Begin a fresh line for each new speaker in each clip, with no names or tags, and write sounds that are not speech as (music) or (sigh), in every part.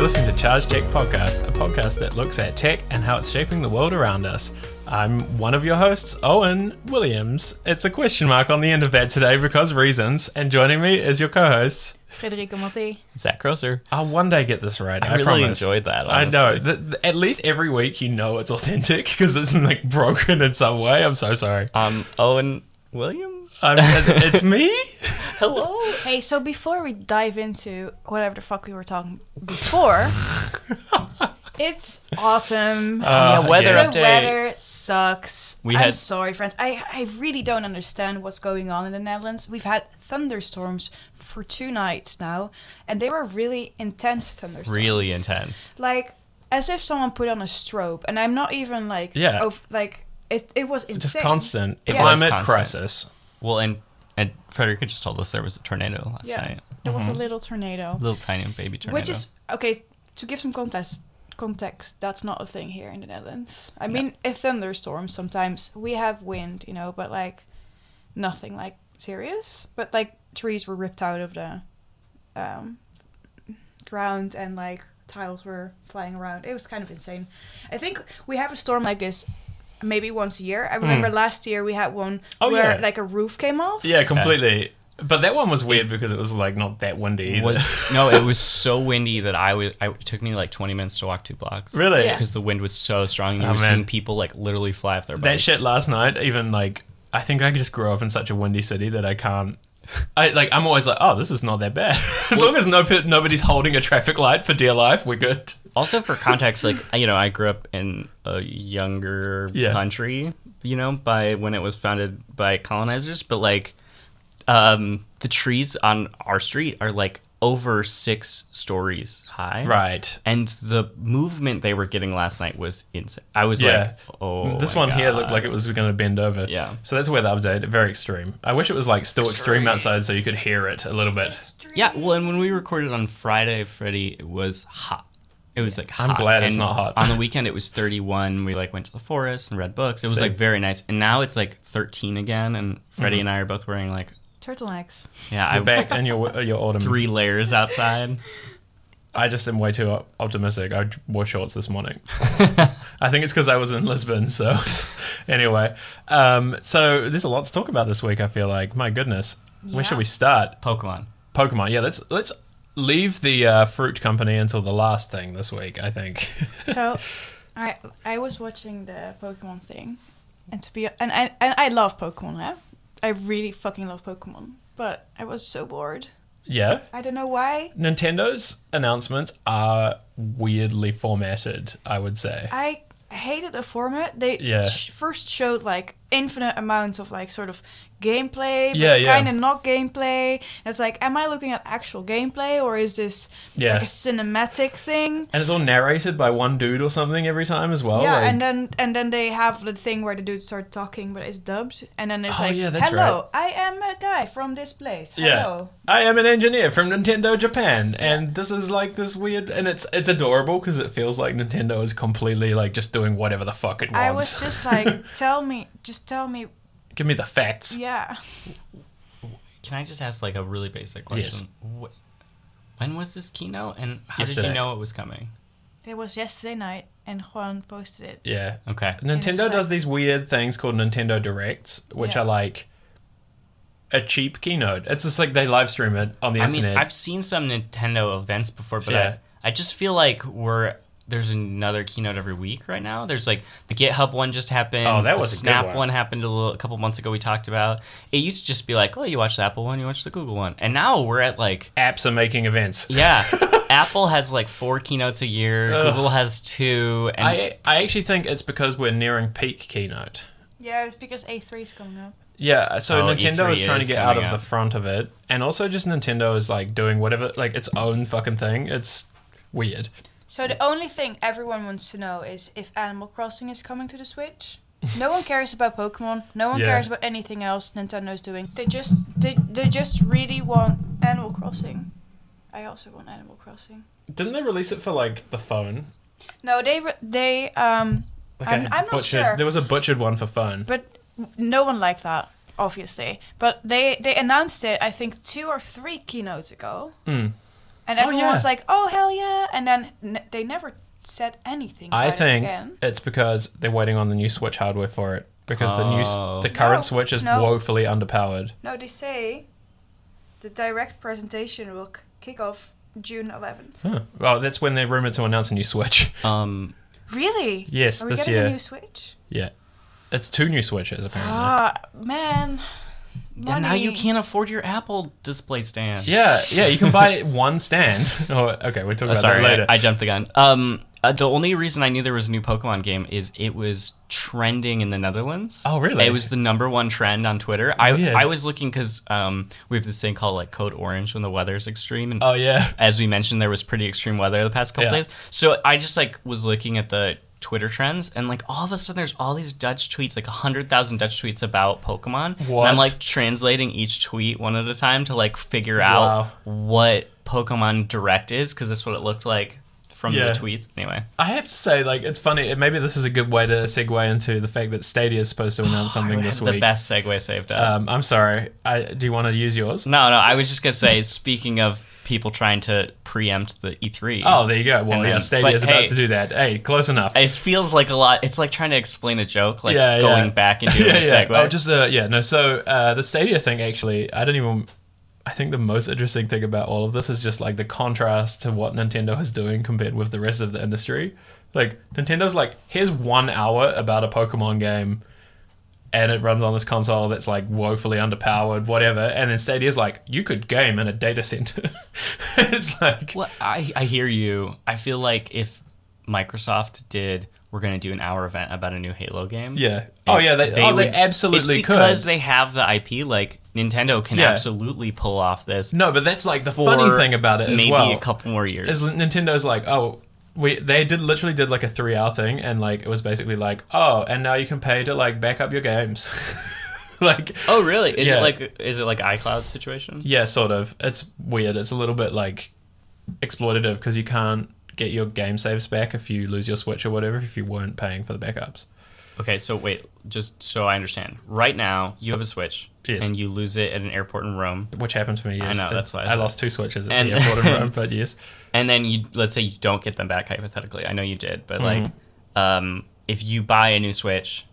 listening to Charge Tech Podcast, a podcast that looks at tech and how it's shaping the world around us. I'm one of your hosts, Owen Williams. It's a question mark on the end of that today because reasons. And joining me is your co-hosts.
Federico Motti.
Zach Grosser.
I'll one day get this right. I,
I really
promise.
enjoyed that,
I know.
honestly.
Th th- at least every week, you know it's authentic because it's like broken in some way. I'm so sorry.
Um, Owen Williams?
I'm, it's me.
Hello?
Hey, so before we dive into whatever the fuck we were talking before, it's autumn.
Uh, yeah, weather
uh, yeah.
the
update.
weather sucks.
We
I'm
had-
sorry, friends. I I really don't understand what's going on in the Netherlands. We've had thunderstorms for two nights now, and they were really intense thunderstorms.
Really intense.
Like as if someone put on a strobe, and I'm not even like
Yeah.
ov- like it. It was insane.
Just constant
It was
climate
constant.
crisis.
Well, and, and Frederica just told us there was a tornado last
Yeah,
night.
there was a little tornado.
Little tiny baby tornado.
Which is okay to give some context. Context that's not a thing here in the Netherlands. I mean, a thunderstorm sometimes we have wind, you know, but like nothing like serious. But like trees were ripped out of the um, ground and like tiles were flying around. It was kind of insane. I think we have a storm like this maybe once a year. I remember last year we had one
Oh,
where
yeah.
like a roof came off.
Yeah, completely. But that one was weird because it was like not that windy either.
Was, no, it was so windy that I was. I, it took me like 20 minutes to walk two
(laughs)
blocks.
really?
Yeah.
Because the wind was so strong. You
Oh,
were
man.
seeing people like literally fly off their
That
bikes.
shit last night, even like I think I just grew up in such a windy city that I can't I like I'm always like, oh, this is not that bad. (laughs) as long as no pe- nobody's holding a traffic light for dear life, we're good.
also for context like you know i grew up in a younger
Yeah.
country you know by when it was founded by colonizers but like um the trees on our street are like over six stories high
Right.
and the movement they were getting last night was insane i was
Yeah.
like oh
this
my
one here
God.
looked like it was going to bend over.
Yeah.
So that's weather update. Very extreme. I wish it was like still extreme outside so you could hear it a little bit.
yeah well and when we recorded on friday freddie it was hot it was like hot.
I'm glad it's
And
not hot. (laughs)
on the weekend it was 31 we like went to the forest and read books it was
Sick.
like very nice and now it's like 13 again and freddie and i are both wearing like
Turtlenecks.
yeah
You're
i
back in your your autumn.
three layers outside
I just am way too op- optimistic. I wore shorts this morning. I think it's because I was in Lisbon. So, (laughs) anyway, um, so there's a lot to talk about this week. I feel like my goodness, where should
Yeah.
we start?
pokemon
Pokemon. Yeah, let's let's leave the uh, fruit company until the last thing this week. I think. (laughs)
so I I was watching the Pokemon thing, and to be and I and I love Pokemon. Yeah? I really fucking love Pokemon, but I was so bored.
yeah,
I don't know why.
Nintendo's announcements are weirdly formatted. I would say.
I hated the format. They
Yeah.
sh- first showed like infinite amounts of like sort of gameplay, but
Yeah, yeah.
kind of not gameplay. And it's like, am I looking at actual gameplay or is this
Yeah.
like a cinematic thing?
and it's all narrated by one dude or something every time as well.
yeah,
Oh, like-
and then and then they have the thing where the dudes start talking, but it's dubbed, and then it's
Oh,
like,
yeah, that's
"Hello, I am a guy from this place. Hello."
I am an engineer from Nintendo Japan, and this is like this weird, and it's it's adorable because it feels like Nintendo is completely like just doing whatever the fuck it wants.
I was
(laughs)
just like, "Tell me, just tell me,
give me the facts.
yeah."
can i just ask like a really basic question yes. when was this keynote and how did
Yesterday.
you know it was coming
It was yesterday night, and Juan posted it.
Yeah.
okay
it's
Nintendo
like-
does these weird things called Nintendo Directs, which
Yeah.
are like a cheap keynote. It's just like they live stream it on the
I mean,
internet.
I've seen some Nintendo events before, but
Yeah.
I, I just feel like we're there's another keynote every week right now. There's like the GitHub one just happened.
Oh, that
the
was a good
Snap
one.
happened a, little, a couple months ago. We talked about it. Used to just be like, oh, you watch the Apple one, you watch the Google one, and now we're at like
Apps are making events. (laughs)
yeah, Apple has like four keynotes a year. Google has two, and
I I actually think it's because we're nearing peak keynote.
Yeah, it's because A 3 is coming up.
Yeah, so
Oh,
Nintendo
E3
is trying to
is
get out of
coming
the
up.
front of it, and also just Nintendo is like doing whatever, like its own fucking thing. It's weird.
So the only thing everyone wants to know is if Animal Crossing is coming to the Switch. No one cares about Pokemon. No one
Yeah.
cares about anything else Nintendo's doing. They just they, they just really want Animal Crossing. I also want Animal Crossing.
Didn't they release it for like the phone?
No, they re- they um
Like
I'm,
a
I'm not
butchered-
sure,
There was a butchered one for phone.
but no one liked that obviously. But they they announced it I think two or three keynotes ago.
Mm.
and
Oh,
everyone was
yeah.
like, "Oh hell yeah!" And then n- they never said anything.
I
about it
think
again.
it's because they're waiting on the new Switch hardware for it because the new
Oh.
s- the current
No,
Switch is
no.
woefully underpowered.
No, they say the direct presentation will c- kick off June 11th.
Huh. Well, that's when they're rumored to announce a new
(laughs)
Switch.
Um,
Really?
Yes,
Are we
this
getting
year.
a new Switch?
Yeah, it's two new Switches apparently.
(gasps) Ah, man.
and now you
Money.
can't afford your Apple display stand.
yeah, yeah, you can buy one stand. (laughs) Oh, okay, we'll talk
Uh,
about
sorry,
that later.
I, I jumped the gun. Um, uh, the only reason I knew there was a new Pokemon game is it was trending in the Netherlands.
Oh, really?
It was the number one trend on Twitter. I
Weird.
I was looking because um, we have this thing called like Code Orange when the weather's extreme, and
oh yeah,
as we mentioned, there was pretty extreme weather the past couple
Yeah.
days. So I just like was looking at the Twitter trends, and like all of a sudden, there's all these Dutch tweets, like hundred thousand Dutch tweets about Pokemon.
What?
And I'm like translating each tweet one at a time to like figure out what Pokemon Direct is because that's what it looked like from
Yeah.
the tweets. Anyway,
I have to say, like, it's funny. Maybe this is a good way to segue into the fact that Stadia is supposed
(sighs)
to announce something this
the
week.
best segue saved up.
Um, I'm sorry. I, do you want to use yours?
no, no, I was just gonna say. speaking of people trying to preempt the E E3.
Oh, there you go. Well,
And then-
yeah, Stadia is
but
about
hey-
to do that. Hey, close enough.
It feels like a lot. It's like trying to explain a joke, like
Yeah, yeah.
going back and
(laughs)
doing
yeah,
a
yeah.
segue.
Oh, just uh, yeah. No, so uh, the Stadia thing actually, I don't even. I think the most interesting thing about all of this is just like the contrast to what Nintendo is doing compared with the rest of the industry. Like Nintendo's like, here's one hour about a Pokemon game, and it runs on this console that's like woefully underpowered, whatever. And then Stadia's like, you could game in a data center. (laughs) it's like,
Well, I, I hear you. I feel like if Microsoft did, we're going to do an hour event about a new Halo game.
yeah. Oh yeah, they, oh, they
would-
absolutely
it's because
could.
they have the IP. Like Nintendo can
Yeah.
absolutely pull off this.
no, but that's like the
for
funny thing about it as
maybe
well.
a couple more years.
is Nintendo's like, oh, we they did literally did like a three hour thing, and like it was basically like, oh, and now you can pay to like back up your games, (laughs) like
oh, really? Is
Yeah.
it like is it like iCloud situation?
yeah, sort of. It's weird. It's a little bit like exploitative because you can't get your game saves back if you lose your Switch or whatever if you weren't paying for the backups.
Okay, so wait, just so I understand. Right now, you have a Switch,
Yes.
and you lose it at an airport in Rome,
Which happened to me. Yes,
know, that's
It's-
what I
I
thought.
lost two switches at
And-
the airport in
(laughs)
Rome, but yes,
and then you let's say you don't get them back hypothetically i know you did but like
Mm-hmm.
um, if you buy a new switch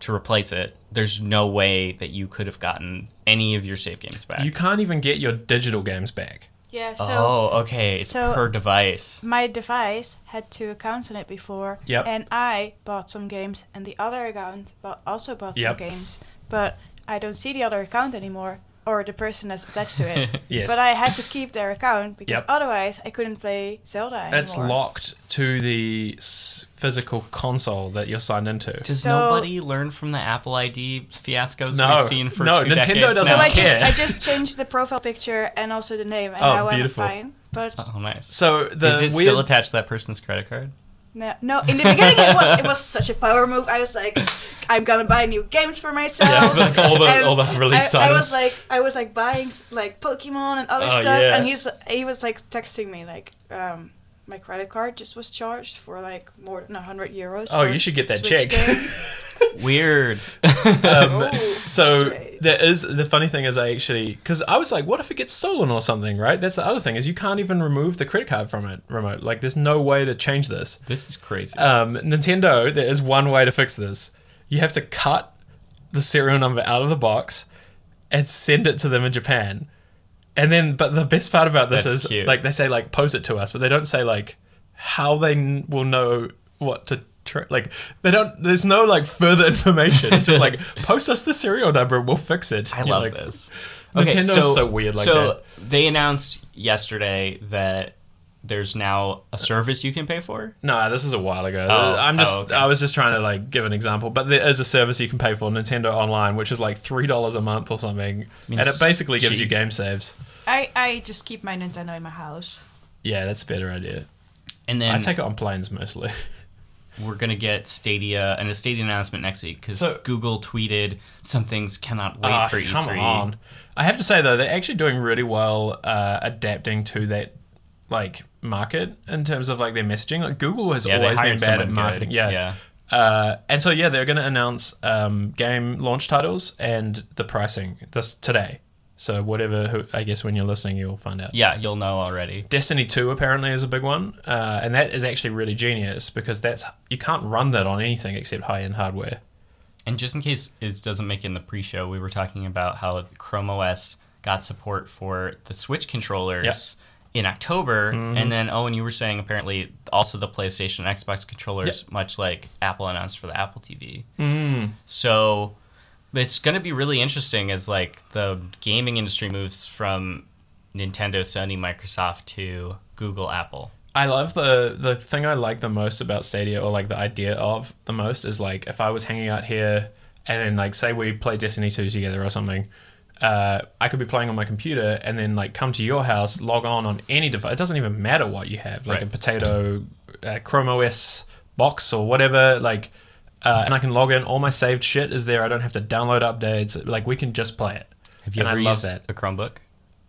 to replace it there's no way that you could have gotten any of your save games back
you can't even get your digital games back.
Yeah, so
oh okay it's
so-
per device
my device had two accounts on it before.
Yep.
And I bought some games, and the other account bu- also bought some
Yep.
games. But I don't see the other account anymore, or the person that's attached to it.
(laughs) Yes.
But I had to keep their account because
Yep.
otherwise I couldn't play Zelda anymore.
It's locked to the s- physical console that you're signed into.
does
So-
nobody learn from the apple id fiascos
No.
we've seen for
No,
two
Nintendo
decades
doesn't
So
now?
I just
care.
I just changed the profile picture and also the name, and
Oh,
now
beautiful.
I'm fine. But
oh nice
So the
is it
weird-
still attached to that person's credit
(laughs)
card
No, no. In the beginning, it was it was such a power move. I was like, I'm gonna buy new games for myself.
Yeah, like all the-
And
all the release
I, I
titles.
was like, I was like buying s- like Pokemon and other
Oh,
stuff,
yeah.
and he's he was like texting me like, um, my credit card just was charged for like more than hundred euros.
Oh,
for
you should get that
Switch
checked.
game.
weird
(laughs) Um,
Oh,
so
strange.
there is the funny thing is I actually because I was like, what if it gets stolen or something, right? That's the other thing is you can't even remove the credit card from it remote. Like there's no way to change this.
this is crazy
Um, Nintendo, there is one way to fix this. You have to cut the serial number out of the box and send it to them in Japan. And then, but the best part about this
That's
is
cute.
like they say like post it to us, but they don't say like how they n- will know what to. Tra- like they don't. There's no like further (laughs) information. It's just like post us the serial number and we'll fix it.
I
You're
love
like,
this.
Nintendo's so weird like
so they announced yesterday that there's now a service you can pay for.
No, this is a while ago.
Oh,
I'm just
oh, okay.
I was just trying to like give an example, but there is a service you can pay for Nintendo Online, which is like three dollars a month or something,
mean,
and it
it's
basically gives you
cheap.
game saves.
I I just keep my Nintendo in my house.
Yeah, that's a better idea.
And
I
then
take it on planes mostly.
we're going to get Stadia and a Stadia announcement next week because
So-
Google tweeted some things cannot
(laughs)
wait
Ah,
Oh, for E E3.
come on. I have to say though, they're actually doing really well uh, adapting to that like market in terms of like their messaging. Like Google has
Yeah, they
always been bad
hired someone
at
good.
marketing.
Yeah.
Uh, and so yeah, they're going to announce um, game launch titles and the pricing this today. So whatever, who, I guess when you're listening, you'll find out.
Yeah, you'll know already.
Destiny 2 apparently is a big one, uh, and that is actually really genius because that's you can't run that on anything except high end hardware.
And just in case it doesn't make it in the pre-show, we were talking about how Chrome OS got support for the Switch controllers in October, and then Owen, you were saying apparently also the PlayStation and Xbox controllers, much like Apple announced for the Apple TV. Mm-hmm. So it's going to be really interesting as like the gaming industry moves from Nintendo, Sony, Microsoft to Google, Apple.
I love the the thing I like the most about Stadia, or like the idea of the most, is like if I was hanging out here and then like say we play Destiny two together or something, uh, I could be playing on my computer and then like come to your house, log on on any device. It doesn't even matter what you have, like a
Right.
potato uh, Chrome OS box or whatever, like. Uh, and I can log in. All my saved shit is there. I don't have to download updates. Like we can just play it.
Have you
and
ever
I love
used
that.
a Chromebook?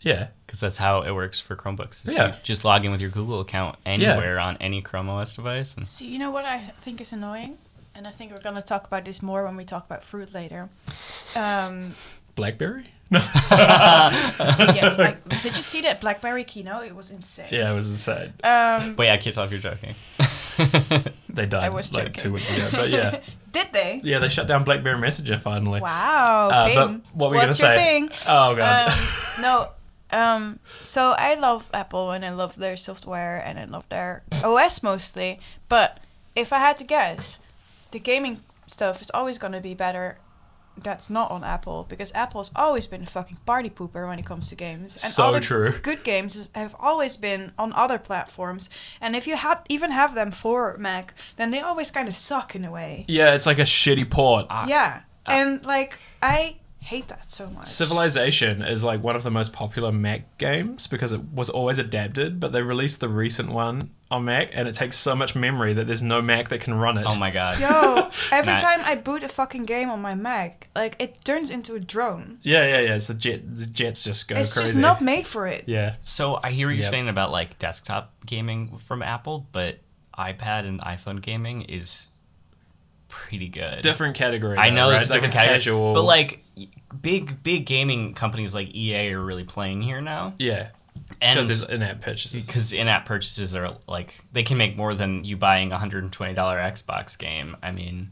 Yeah.
Because that's how it works for Chromebooks. is
Yeah.
you just log in with your Google account anywhere on any Chrome OS device. And
So you know what I think is annoying, and I think we're gonna talk about this more when we talk about
(laughs)
fruit later. Um,
BlackBerry.
yes, like, did you see that BlackBerry keynote? It was insane.
Yeah, it was insane.
Um,
wait, I can't tell if you're joking.
They died
I was
like
joking.
two weeks ago. But
(laughs)
yeah.
did they?
Yeah, they shut down BlackBerry Messenger finally.
Wow.
Uh,
Bing.
but what were you
What's
gonna
your
say?
Bing?
Oh god.
Um, no. Um, so I love Apple and I love their software and I love their OS mostly. But if I had to guess, the gaming stuff is always going to be better. That's not on Apple because Apple's always been a fucking party pooper when it comes to games. And
So
all the
true.
Good games is, have always been on other platforms, and if you had even have them for Mac, then they always kind of suck in a way.
yeah, it's like a shitty port.
yeah, and like I hate that so much.
Civilization is like one of the most popular Mac games because it was always adapted, but they released the recent one on Mac and it takes so much memory that there's no Mac that can run it.
Oh my god.
Yo, every
Nah.
time I boot a fucking game on my Mac, like it turns into a drone.
Yeah, yeah, yeah. It's the jet the jets just go
it's
crazy.
just not made for it.
yeah.
So I hear what you're
Yep.
saying about like desktop gaming from Apple, but iPad and iPhone gaming is pretty good.
Different category.
I know
though, right?
it's
like
different
it's
category,
casual.
but like y- big big gaming companies like EA are really playing here now.
yeah.
And-
Because it's in-app purchases.
because in-app purchases are like they can make more than you buying a hundred and twenty dollar Xbox game. I mean,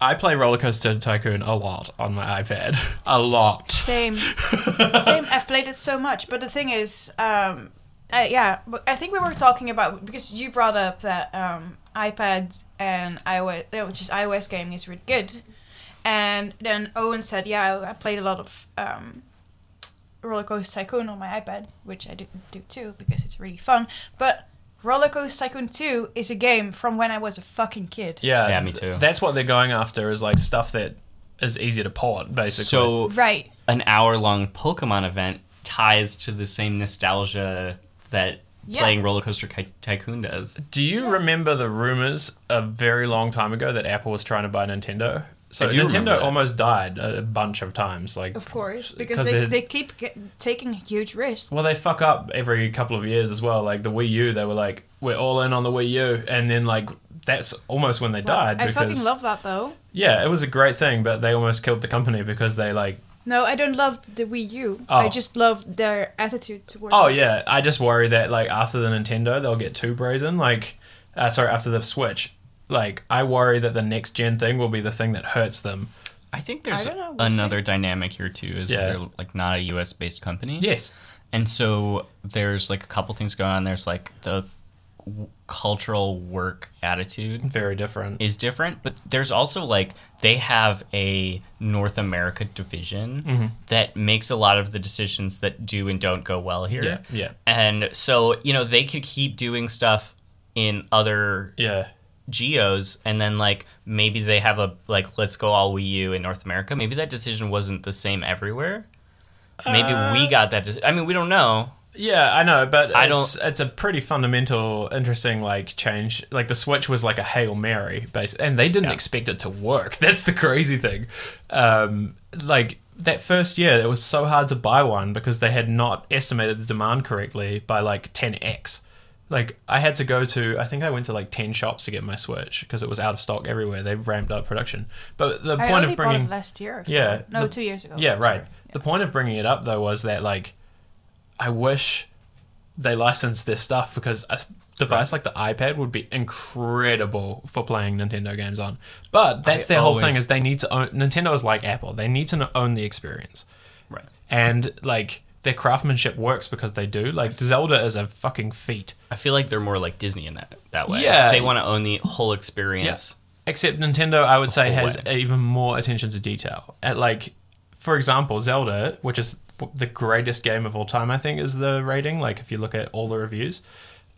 I play Roller Coaster Tycoon a lot on my iPad. (laughs) a lot.
Same, same. I've played it so much, but the thing is, um, uh, yeah, but I think we were talking about because you brought up that um, iPads and iOS, uh, which is iOS gaming, is really good, and then Owen said, yeah, I- I played a lot of um, Roller Coaster Tycoon on my iPad, which I do, do too because it's really fun, but. Roller Coaster Tycoon 2 is a game from when I was a fucking kid.
Yeah,
Yeah, me too.
That's what they're going after is like stuff that is easy to port, basically.
so
Right.
an hour-long Pokemon event ties to the same nostalgia that
Yeah.
playing Roller Coaster Ki- Tycoon does.
do you remember the rumors a very long time ago that Apple was trying to buy Nintendo? So
I do remember
Nintendo
that.
almost died a a bunch of times. Like,
Of course, because
'cause
they,
they're-
they keep ge- taking huge risks.
well, they fuck up every couple of years as well. Like the Wii U, they were like, "We're all in on the Wii U," and then like that's almost when they
Well,
died.
I
because,
fucking love that though.
Yeah, it was a great thing, but they almost killed the company because they like
No, I don't love the Wii U.
Oh.
I just love their attitude towards.
Oh
it.
yeah, I just worry that like after the Nintendo, they'll get too brazen. Like, uh, sorry, after the Switch, like I worry that the next gen thing will be the thing that hurts them.
I think there's
I don't know, we'll
another dynamic here too. Is
Yeah.
they're like not a U.S.-based company.
Yes,
And so there's like a couple things going on. There's like the w- cultural work attitude
very different.
is different, but there's also like they have a North America division
Mm-hmm.
that makes a lot of the decisions that do and don't go well here.
Yeah, yeah.
And so, you know, they could keep doing stuff in other
yeah,
geos and then like maybe they have a like let's go all Wii U in North America. Maybe that decision wasn't the same everywhere. Maybe
Uh,
we got that. Dec- I mean, we don't know.
yeah, I know, but
I
it's, It's a pretty fundamental, interesting like change. Like the Switch was like a hail mary base, and they didn't expect it to work. (laughs) That's the crazy thing. Um, like that first year, it was so hard to buy one because they had not estimated the demand correctly by like 10x. like I had to go to I think I went to like 10 shops to get my Switch because it was out of stock everywhere. They ramped up production. But the
I
point
only
of
bought
bringing
it last year. Or so.
Yeah,
No,
the-
two years ago.
Yeah, right.
Sorry.
The point of bringing it up though was that like I wish they licensed this stuff because a device like the iPad would be incredible for playing Nintendo games on. But that's
I
their whole thing is
always-
they need to own Nintendo is like Apple. They need to kn- own the experience.
Right.
And like their craftsmanship works because they do. Like Zelda is a fucking feat.
I feel like they're more like Disney in that that way.
Yeah.
They want to own the whole experience.
Except Nintendo, I would say,
whole
has even more attention to detail. At like, for example, Zelda, which is w- the greatest game of all time, I think, is the rating. Like, if you look at all the reviews,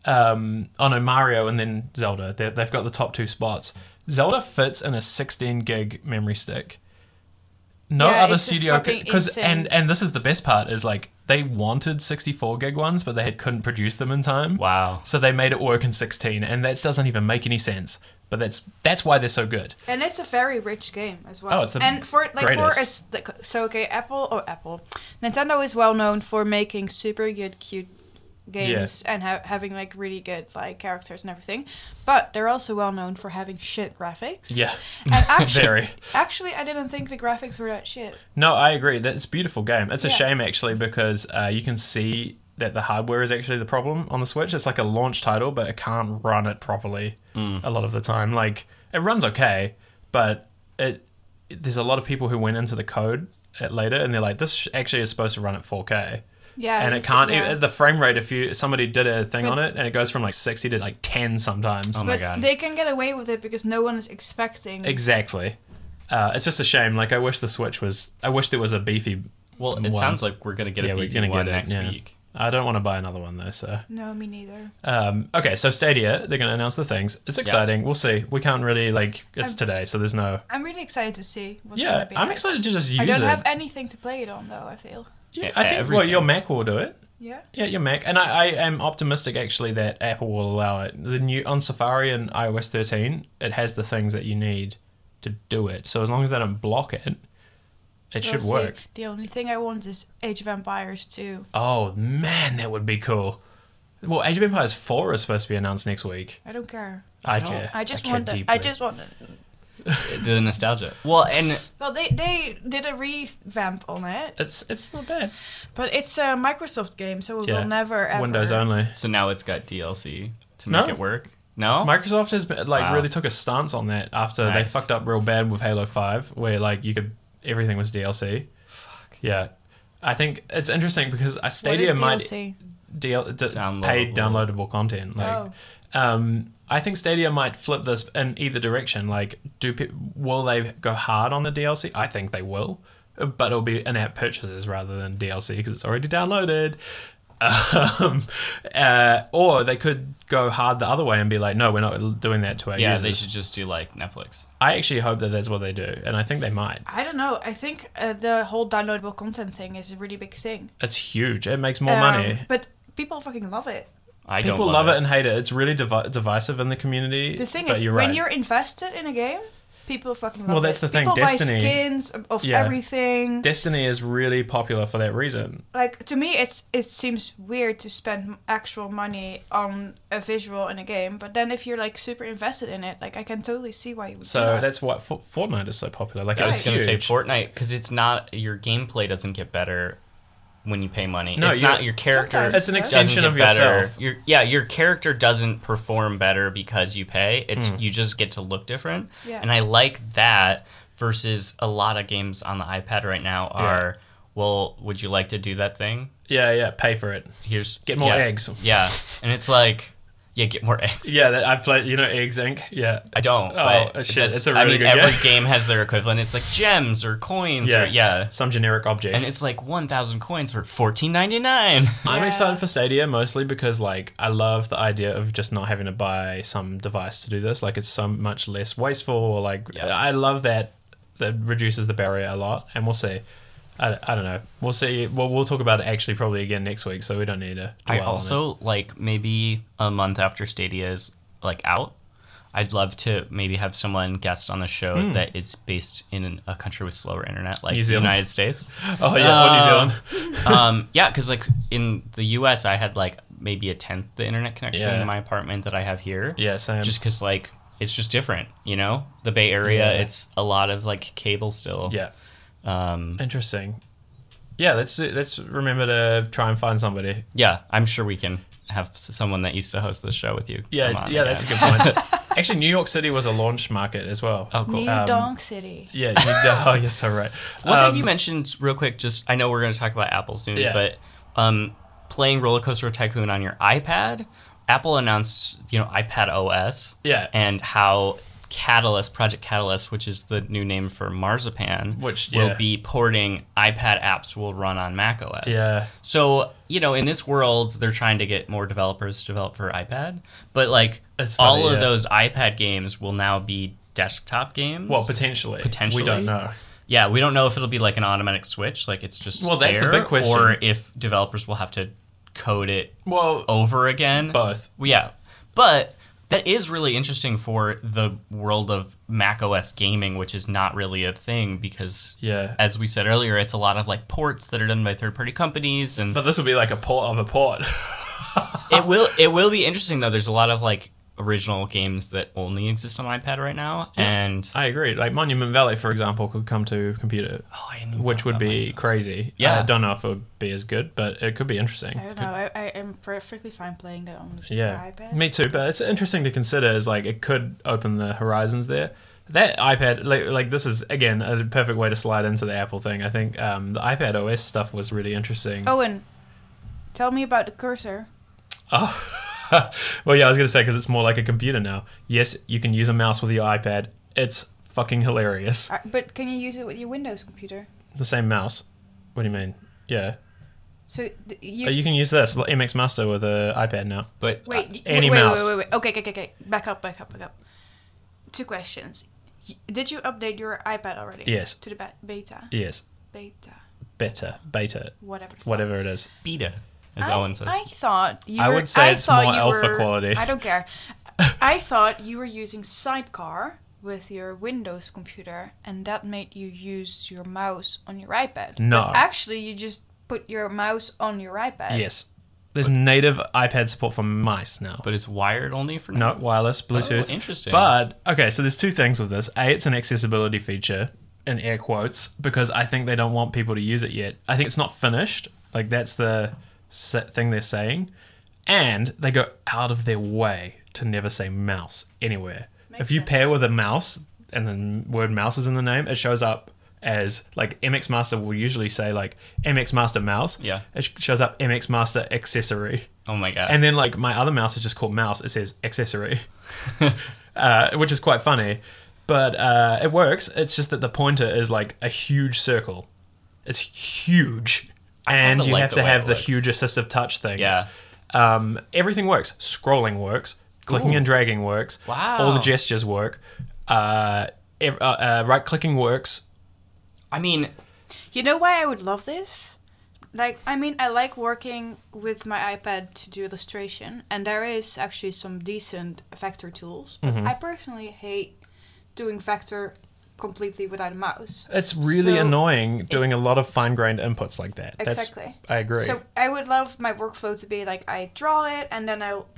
um, oh no, Mario and then Zelda, they they've got the top two spots. Zelda fits in a 16 gig memory stick. No
Yeah,
other
it's a
studio
fucking
because and
insane-
and this is the best part is like they wanted 64 gig ones, but they had couldn't produce them in time.
Wow.
So they made it work in 16, and that doesn't even make any sense. But that's that's why they're so good.
And it's a very rich game as well.
Oh, it's the
and for like
greatest.
for us, like, so okay, Apple or Apple, Nintendo is well known for making super good, cute games and ha- having like really good like characters and everything. But they're also well known for having shit graphics.
Yeah, (laughs)
And actually,
very.
actually, I didn't think the graphics were that shit.
No, I agree. That's a beautiful game. It's a
Yeah.
shame actually because uh, you can see that the hardware is actually the problem on the Switch. It's like a launch title, but it can't run it properly a lot of the time. Like it runs okay, but it there's a lot of people who went into the code at later and they're like, this sh- actually is supposed to run at 4K.
Yeah.
and it
you think-
can't. e,
yeah.
It, the frame rate, if you somebody did a thing
But-
on it, and it goes from like sixty to like ten sometimes.
Oh my
but
God.
they can get away with it because no one is expecting.
Exactly. Uh, it's just a shame. Like I wish the Switch was. I wish there was a beefy.
Well, it
Wow.
sounds like we're gonna get
Yeah,
a
we're
BB
gonna
one
get it,
next
yeah.
week.
I don't want to buy another one though. So
no, me neither.
um, okay, so Stadia, they're going to announce the things. It's exciting. We'll see. We can't really like. It's
I'm-
today, so there's no.
I'm really excited to see what's
yeah,
gonna be.
I'm
like.
excited to just use
I don't
it.
have anything to play it on though. I feel.
Yeah, I think well,
Everything.
your Mac will do it.
Yeah.
Yeah, your Mac, and I, I am optimistic actually that Apple will allow it. The new on Safari and iOS 13, it has the things that you need to do it. So as long as they don't block it, it should
Honestly,
work.
The only thing I want is Age of Empires 2.
Oh man, that would be cool. Well, Age of Empires 4 is supposed to be announced next week.
I don't care.
I
No,
care.
I just
care
want it. I
deeply.
just want it.
The nostalgia. Well, and
Well, they they did a revamp on it,
It's it's not bad.
but it's a Microsoft game, so it
Yeah.
will never ever.
Windows only.
so now it's got DLC to
No.
make it work. No.
Microsoft has been, like
Wow.
really took a stance on that after they
Nice.
fucked up real bad with Halo Five, where like you could everything was DLC. Fuck. Yeah, I think it's interesting because a
What
Stadia
is
might
DLC?
DL- d-
Downloadable.
paid downloadable content. Like,
Oh.
um, I think Stadia might flip this in either direction. Like, do pe- will they go hard on the DLC? I think they will, but it'll be in-app purchases rather than DLC because it's already downloaded. (laughs) Um, uh, or they could go hard the other way and be like, no, we're not doing that to our
yeah,
users.
they should just do like Netflix.
I actually hope that that's what they do, and I think they might.
I don't know. I think uh, the whole downloadable content thing is a really big thing.
It's huge. It makes more
Um,
money.
But people fucking love it.
I
People
don't
love,
love,
it. and hate it. It's really divi- divisive in the community.
The thing
but
is,
you're
when
right.
you're invested in a game, people fucking love it.
Well, that's the thing,
People
Destiny-
buy skins of- of
Yeah.
everything.
Destiny is really popular for that reason.
like to me it's it seems weird to spend actual money on a visual in a game but then if you're like super invested in it like i can totally see why you would
So
do that.
that's why Fo- Fortnite is so popular. Like
I
it's
was gonna say
huge.
Fortnite because it's not your gameplay doesn't get better when you pay money.
No,
it's
you're-
not your character.
Sometimes.
It's an
Doesn't
doesn't
extension
get
of
better.
yourself.
Your, yeah, your character doesn't perform better because you pay.
Hmm.
It's you just get to look different.
Yeah.
And I like that versus a lot of games on the iPad right now are well, would you like to do that thing?
Yeah, yeah. Pay for it.
Here's
Get more
yeah.
eggs.
Yeah. And it's like yeah, get more
(laughs)
eggs.
Yeah, that I played. You know, Eggs Inc. Yeah,
I don't.
Oh,
but
shit,
that's-
it's a
I
really
mean,
good
every
game.
game has their equivalent. It's like gems or coins.
Yeah.
Or, yeah.
some generic object.
and it's like 1000 coins for
(laughs)
14.99
I'm
Yeah.
excited for Stadia mostly because like I love the idea of just not having to buy some device to do this. Like it's so much less wasteful. Or like
Yeah.
I love that that reduces the barrier a lot. And we'll see. I, I don't know. We'll see. Well, we'll talk about it actually probably again next week, so we don't need to.
i
dwell on it.
also like maybe a month after stadia is like out i'd love to maybe have someone guest on the show that is based in a country with slower internet like
Hmm. New
the
Zealand.
united states
(laughs) Oh yeah, or New
Uh,
Zealand.
um yeah because like in the us i had like maybe a tenth the internet connection
Yeah.
in my apartment that I have here.
Yeah, same.
Just because, like, it's just different, you know? The Bay Area,
Yeah.
it's a lot of, like, cable still.
yeah.
Um,
Interesting. Yeah, let's let's remember to try and find somebody.
yeah, I'm sure we can have s- someone that used to host this show with you. come
Yeah,
on
yeah, that's a
again.
good
(laughs)
point. Actually, New York City was a launch market as well.
Oh, cool.
New
Um,
Donk City.
(laughs) Yeah, you, (laughs) oh, you're so right.
One
Um,
thing you mentioned real quick, just I know we're going to talk about Apple soon,
Yeah.
but um, playing Roller Coaster Tycoon on your iPad, Apple announced you know iPad OS,
Yeah.
and how Catalyst Project Catalyst, which is the new name for Marzipan,
Which, yeah.
will be porting iPad apps will run on Mac OS.
Yeah.
So you know, in this world, they're trying to get more developers to develop for iPad, but like
It's funny,
all of
yeah.
those iPad games will now be desktop games.
well, potentially,
Potentially.
we don't know.
Yeah, we don't know if it'll be like an automatic switch, like it's just
Well, that's the
there,
big question.
or if developers will have to code it
Well,
over again.
both.
Well, yeah, but that is really interesting for the world of Mac OS gaming, which is not really a thing because,
Yeah,
as we said earlier, it's a lot of like ports that are done by third-party companies, and
but this will be like a port of a port. (laughs)
it will it will be interesting though. There's a lot of like original games that only exist on iPad right now, and
I agree. Like Monument Valley, for example, could come to computer,
Oh, I knew
which
about
would
that
be crazy.
Yeah.
I don't know if it would be as good, but it could be interesting.
I don't know. I, I am perfectly fine playing that on
Yeah,
iPad.
me too. But it's interesting to consider is like it could open the horizons there. That iPad, like, like this is again a perfect way to slide into the Apple thing. I think um, the iPad OS stuff was really interesting.
Owen, tell me about the cursor.
Oh. well, yeah, I was gonna say because it's more like a computer now. Yes, you can use a mouse with your iPad. It's fucking hilarious.
Uh, But can you use it with your Windows computer?
The same mouse. What do you mean? Yeah,
So th- you,
Uh, you can use this like MX Master with a iPad now.
but
wait, y-
any
wait, wait,
Uh, mouse.
Wait, wait, wait. Okay, okay, okay, okay. Back up, back up, back up. Two questions. Y- Did you update your iPad already?
Yes.
To the be- beta.
Yes,
Beta.
better, beta,
Whatever. the fuck.
whatever it is.
beta, as
I,
Owen says.
I thought you.
I
were-
would say
I
it's
thought
more
you
alpha
were-
quality.
I don't care. I thought you were using Sidecar with your Windows computer, and that made you use your mouse on your iPad.
No.
But actually, you just put your mouse on your iPad.
Yes, there's native iPad support for mice now.
but it's wired only for now.
No, wireless, Bluetooth.
Oh, interesting.
But okay, so there's two things with this. A, it's an accessibility feature in air quotes because I think they don't want people to use it yet. I think it's not finished. Like that's the se- thing they're saying, and they go out of their way to never say mouse anywhere. if you
sense.
pair with a mouse and the word mouse is in the name, it shows up as like MX Master will usually say like MX Master mouse.
Yeah.
It sh- shows up MX Master accessory.
Oh my god.
And then like my other mouse is just called mouse. It says
(laughs)
accessory, uh, which is quite funny, but uh, it works. It's just that the pointer is like a huge circle. It's huge, and
kinda
you
like
have
the
to
way
have
it
the
looks.
huge assistive touch thing.
yeah.
Um, everything works. Scrolling works. Clicking
Ooh.
and dragging works.
Wow.
All the gestures work. Uh, ev- uh, uh, right clicking works.
I mean,
You know why I would love this? Like, I mean, I like working with my iPad to do illustration, and there is actually some decent vector tools. But
Mm-hmm.
I personally hate doing vector completely without a mouse.
It's really
So-
annoying doing a lot of fine grained inputs like that. That's-
Exactly.
I agree.
So I would love my workflow to be like I draw it, and then I'll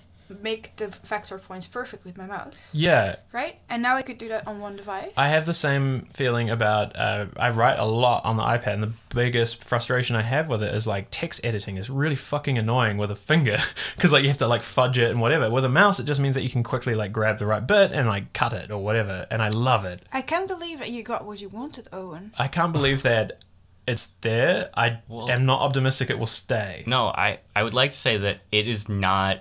make the vector points perfect with my mouse,
yeah,
right? And now I could do that on one device.
I have the same feeling about. Uh, I write a lot on the iPad, and the biggest frustration I have with it is like text editing is really fucking annoying with a finger (laughs) because like you have to like fudge it and whatever. With a mouse, it just means that you can quickly like grab the right bit and like cut it or whatever, and I love it.
I can't believe that you got what you wanted, Owen.
I can't
(laughs)
believe that it's there. I
Well-
am not optimistic it will stay.
no, I, I would like to say that it is not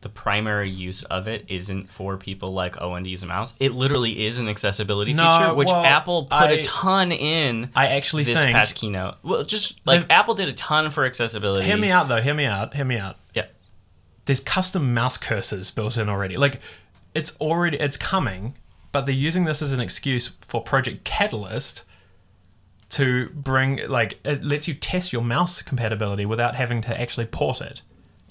the primary use of it isn't for people like Owen to use a mouse. It literally is an accessibility
No,
feature, which
well,
Apple put a
I-
ton in
I actually
this
think.
past keynote. Well, just like Apple did a ton for accessibility.
hear me out though. Hear me out. Hear me out.
Yeah.
there's custom mouse cursors built in already. Like it's already it's coming, but they're using this as an excuse for Project Catalyst to bring like it lets you test your mouse compatibility without having to actually port it.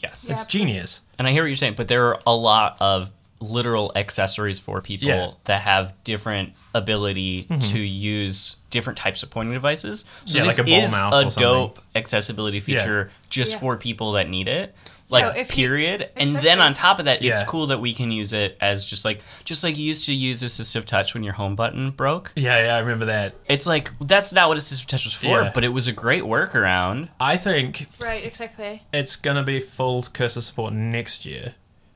Yes.
Yeah.
It's genius.
And I hear what you're saying, but there are a lot of literal accessories for people
Yeah. Mm-hmm.
that have different ability to use different types of pointing devices. So
Yeah,
this
like a ball
is
mouse or
a
something.
dope accessibility feature just
Yeah.
for people that need it. like
No, if you-
period. And then
Exactly.
on top of that, it's
Yeah.
cool that we can use it as just like just like you used to use assistive touch when your home button broke.
Yeah, yeah, I remember that.
It's like that's not what assistive touch was for,
Yeah.
but it was a great workaround.
I think
Right, exactly.
it's going to be full cursor support next year.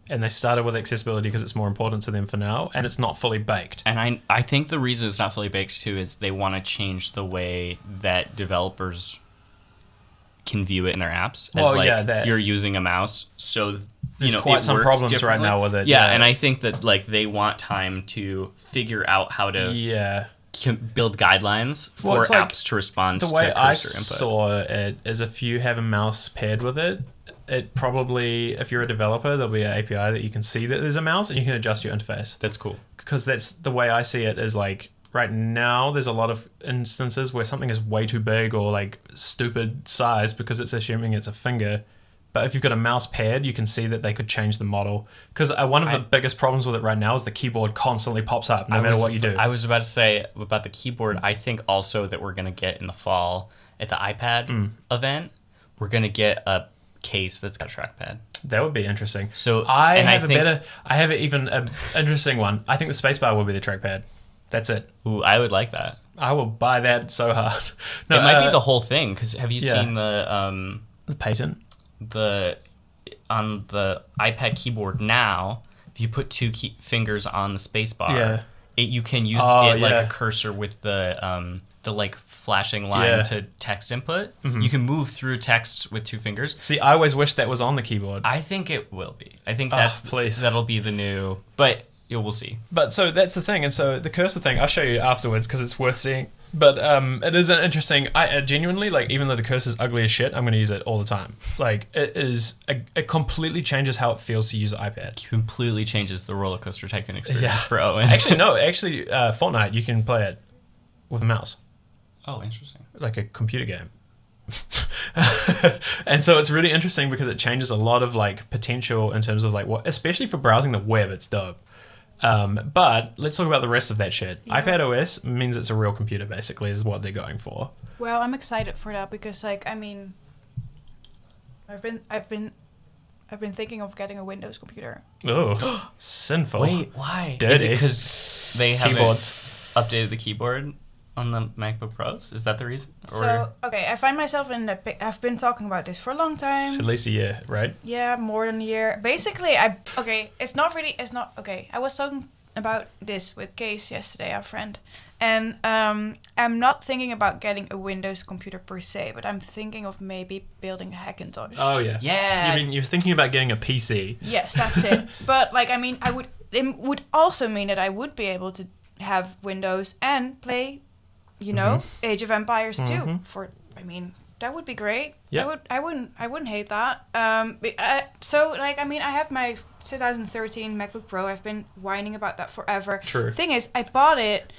And they started with accessibility because it's more important to them for now, and it's not fully baked.
And I I think the reason it's not fully baked too is they want to change the way that developers can view it in their apps. As
Well,
like
yeah, that-
you're using a mouse, so you
There's
know,
quite
it
some
works
problems right
differently.
now with it,
Yeah,
yeah.
and I think that like they want time to figure out how to
Yeah.
c- build guidelines for
Well, it's like
apps to respond
The
to
way
cursor
I
input.
saw it is if you have a mouse paired with it, it probably, if you're a developer, there'll be an API that you can see that there's a mouse and you can adjust your interface.
That's cool.
because that's the way I see it is like right now there's a lot of instances where something is way too big or like stupid size because it's assuming it's a finger. But if you've got a mouse pad, you can see that they could change the model. Because uh, one of the biggest problems with it right now is the keyboard constantly pops up no matter
was-
what you do.
I was about to say about the keyboard. I think also that we're gonna get in the fall at the iPad
Mm.
event, we're gonna get a case that's got a trackpad.
that would be interesting.
So
I
and
have a
think,
better. I have even an interesting one. I think the spacebar will be the trackpad. That's it.
Ooh, I would like that.
I will buy that so hard. (laughs) No,
it might
uh,
be the whole thing because have you
yeah.
seen the um
the patent.
the on the iPad keyboard now? If you put two key- fingers on the space bar,
Yeah.
it, you can use
Oh,
it like
yeah.
a cursor with the um the like flashing line
Yeah. Mm-hmm.
to text input. You can move through text with two fingers.
See, I always wish that was on the keyboard.
I think it will be. I think
Oh,
that's
please.
that'll be the new. But yeah, we'll see.
But so that's the thing, and so the cursor thing, I'll show you afterwards because it's worth seeing. But um, it is an interesting. I uh, genuinely like, even though the cursor's ugly as shit, I'm going to use it all the time. Like it is, it, it completely changes how it feels to use an iPad.
Completely changes the roller coaster tycoon experience
Yeah.
for (laughs) Owen.
Actually, no, actually, uh, Fortnite you can play it with a mouse,
oh, interesting.
like a computer game. (laughs) and so it's really interesting because it changes a lot of like potential in terms of like what, especially for browsing the web, it's dope. Um, but let's talk about the rest of that shit.
Yeah.
iPad OS means it's a real computer, basically, is what they're going for.
Well, I'm excited for that because, like, I mean, I've been, I've been, I've been thinking of getting a Windows computer.
Oh, (gasps) sinful.
Wait, why?
dirty.
Because they haven't
Keyboards.
updated the keyboard on the MacBook Pros. Is that the reason?
Oh,
So okay, I find myself in the. pic- I've been talking about this for a long
At
time.
least a year, right?
Yeah, more than a year. Basically, I okay. It's not really. It's not okay. I was talking about this with Case yesterday, our friend, and um, I'm not thinking about getting a Windows computer per se, but I'm thinking of maybe building a Hackintosh.
Oh, yeah.
yeah,
You mean you're thinking about getting a PC?
Yes,
(laughs)
that's it. but like, I mean, I would it would also mean that I would be able to have Windows and play, you know,
Mm-hmm.
Age of Empires too. For I mean, that would be great.
Yeah.
I would. I wouldn't. I wouldn't hate that. Um. be- Uh, so like, I mean, I have my 2013 MacBook Pro. I've been whining about that forever.
True.
Thing is, I bought it.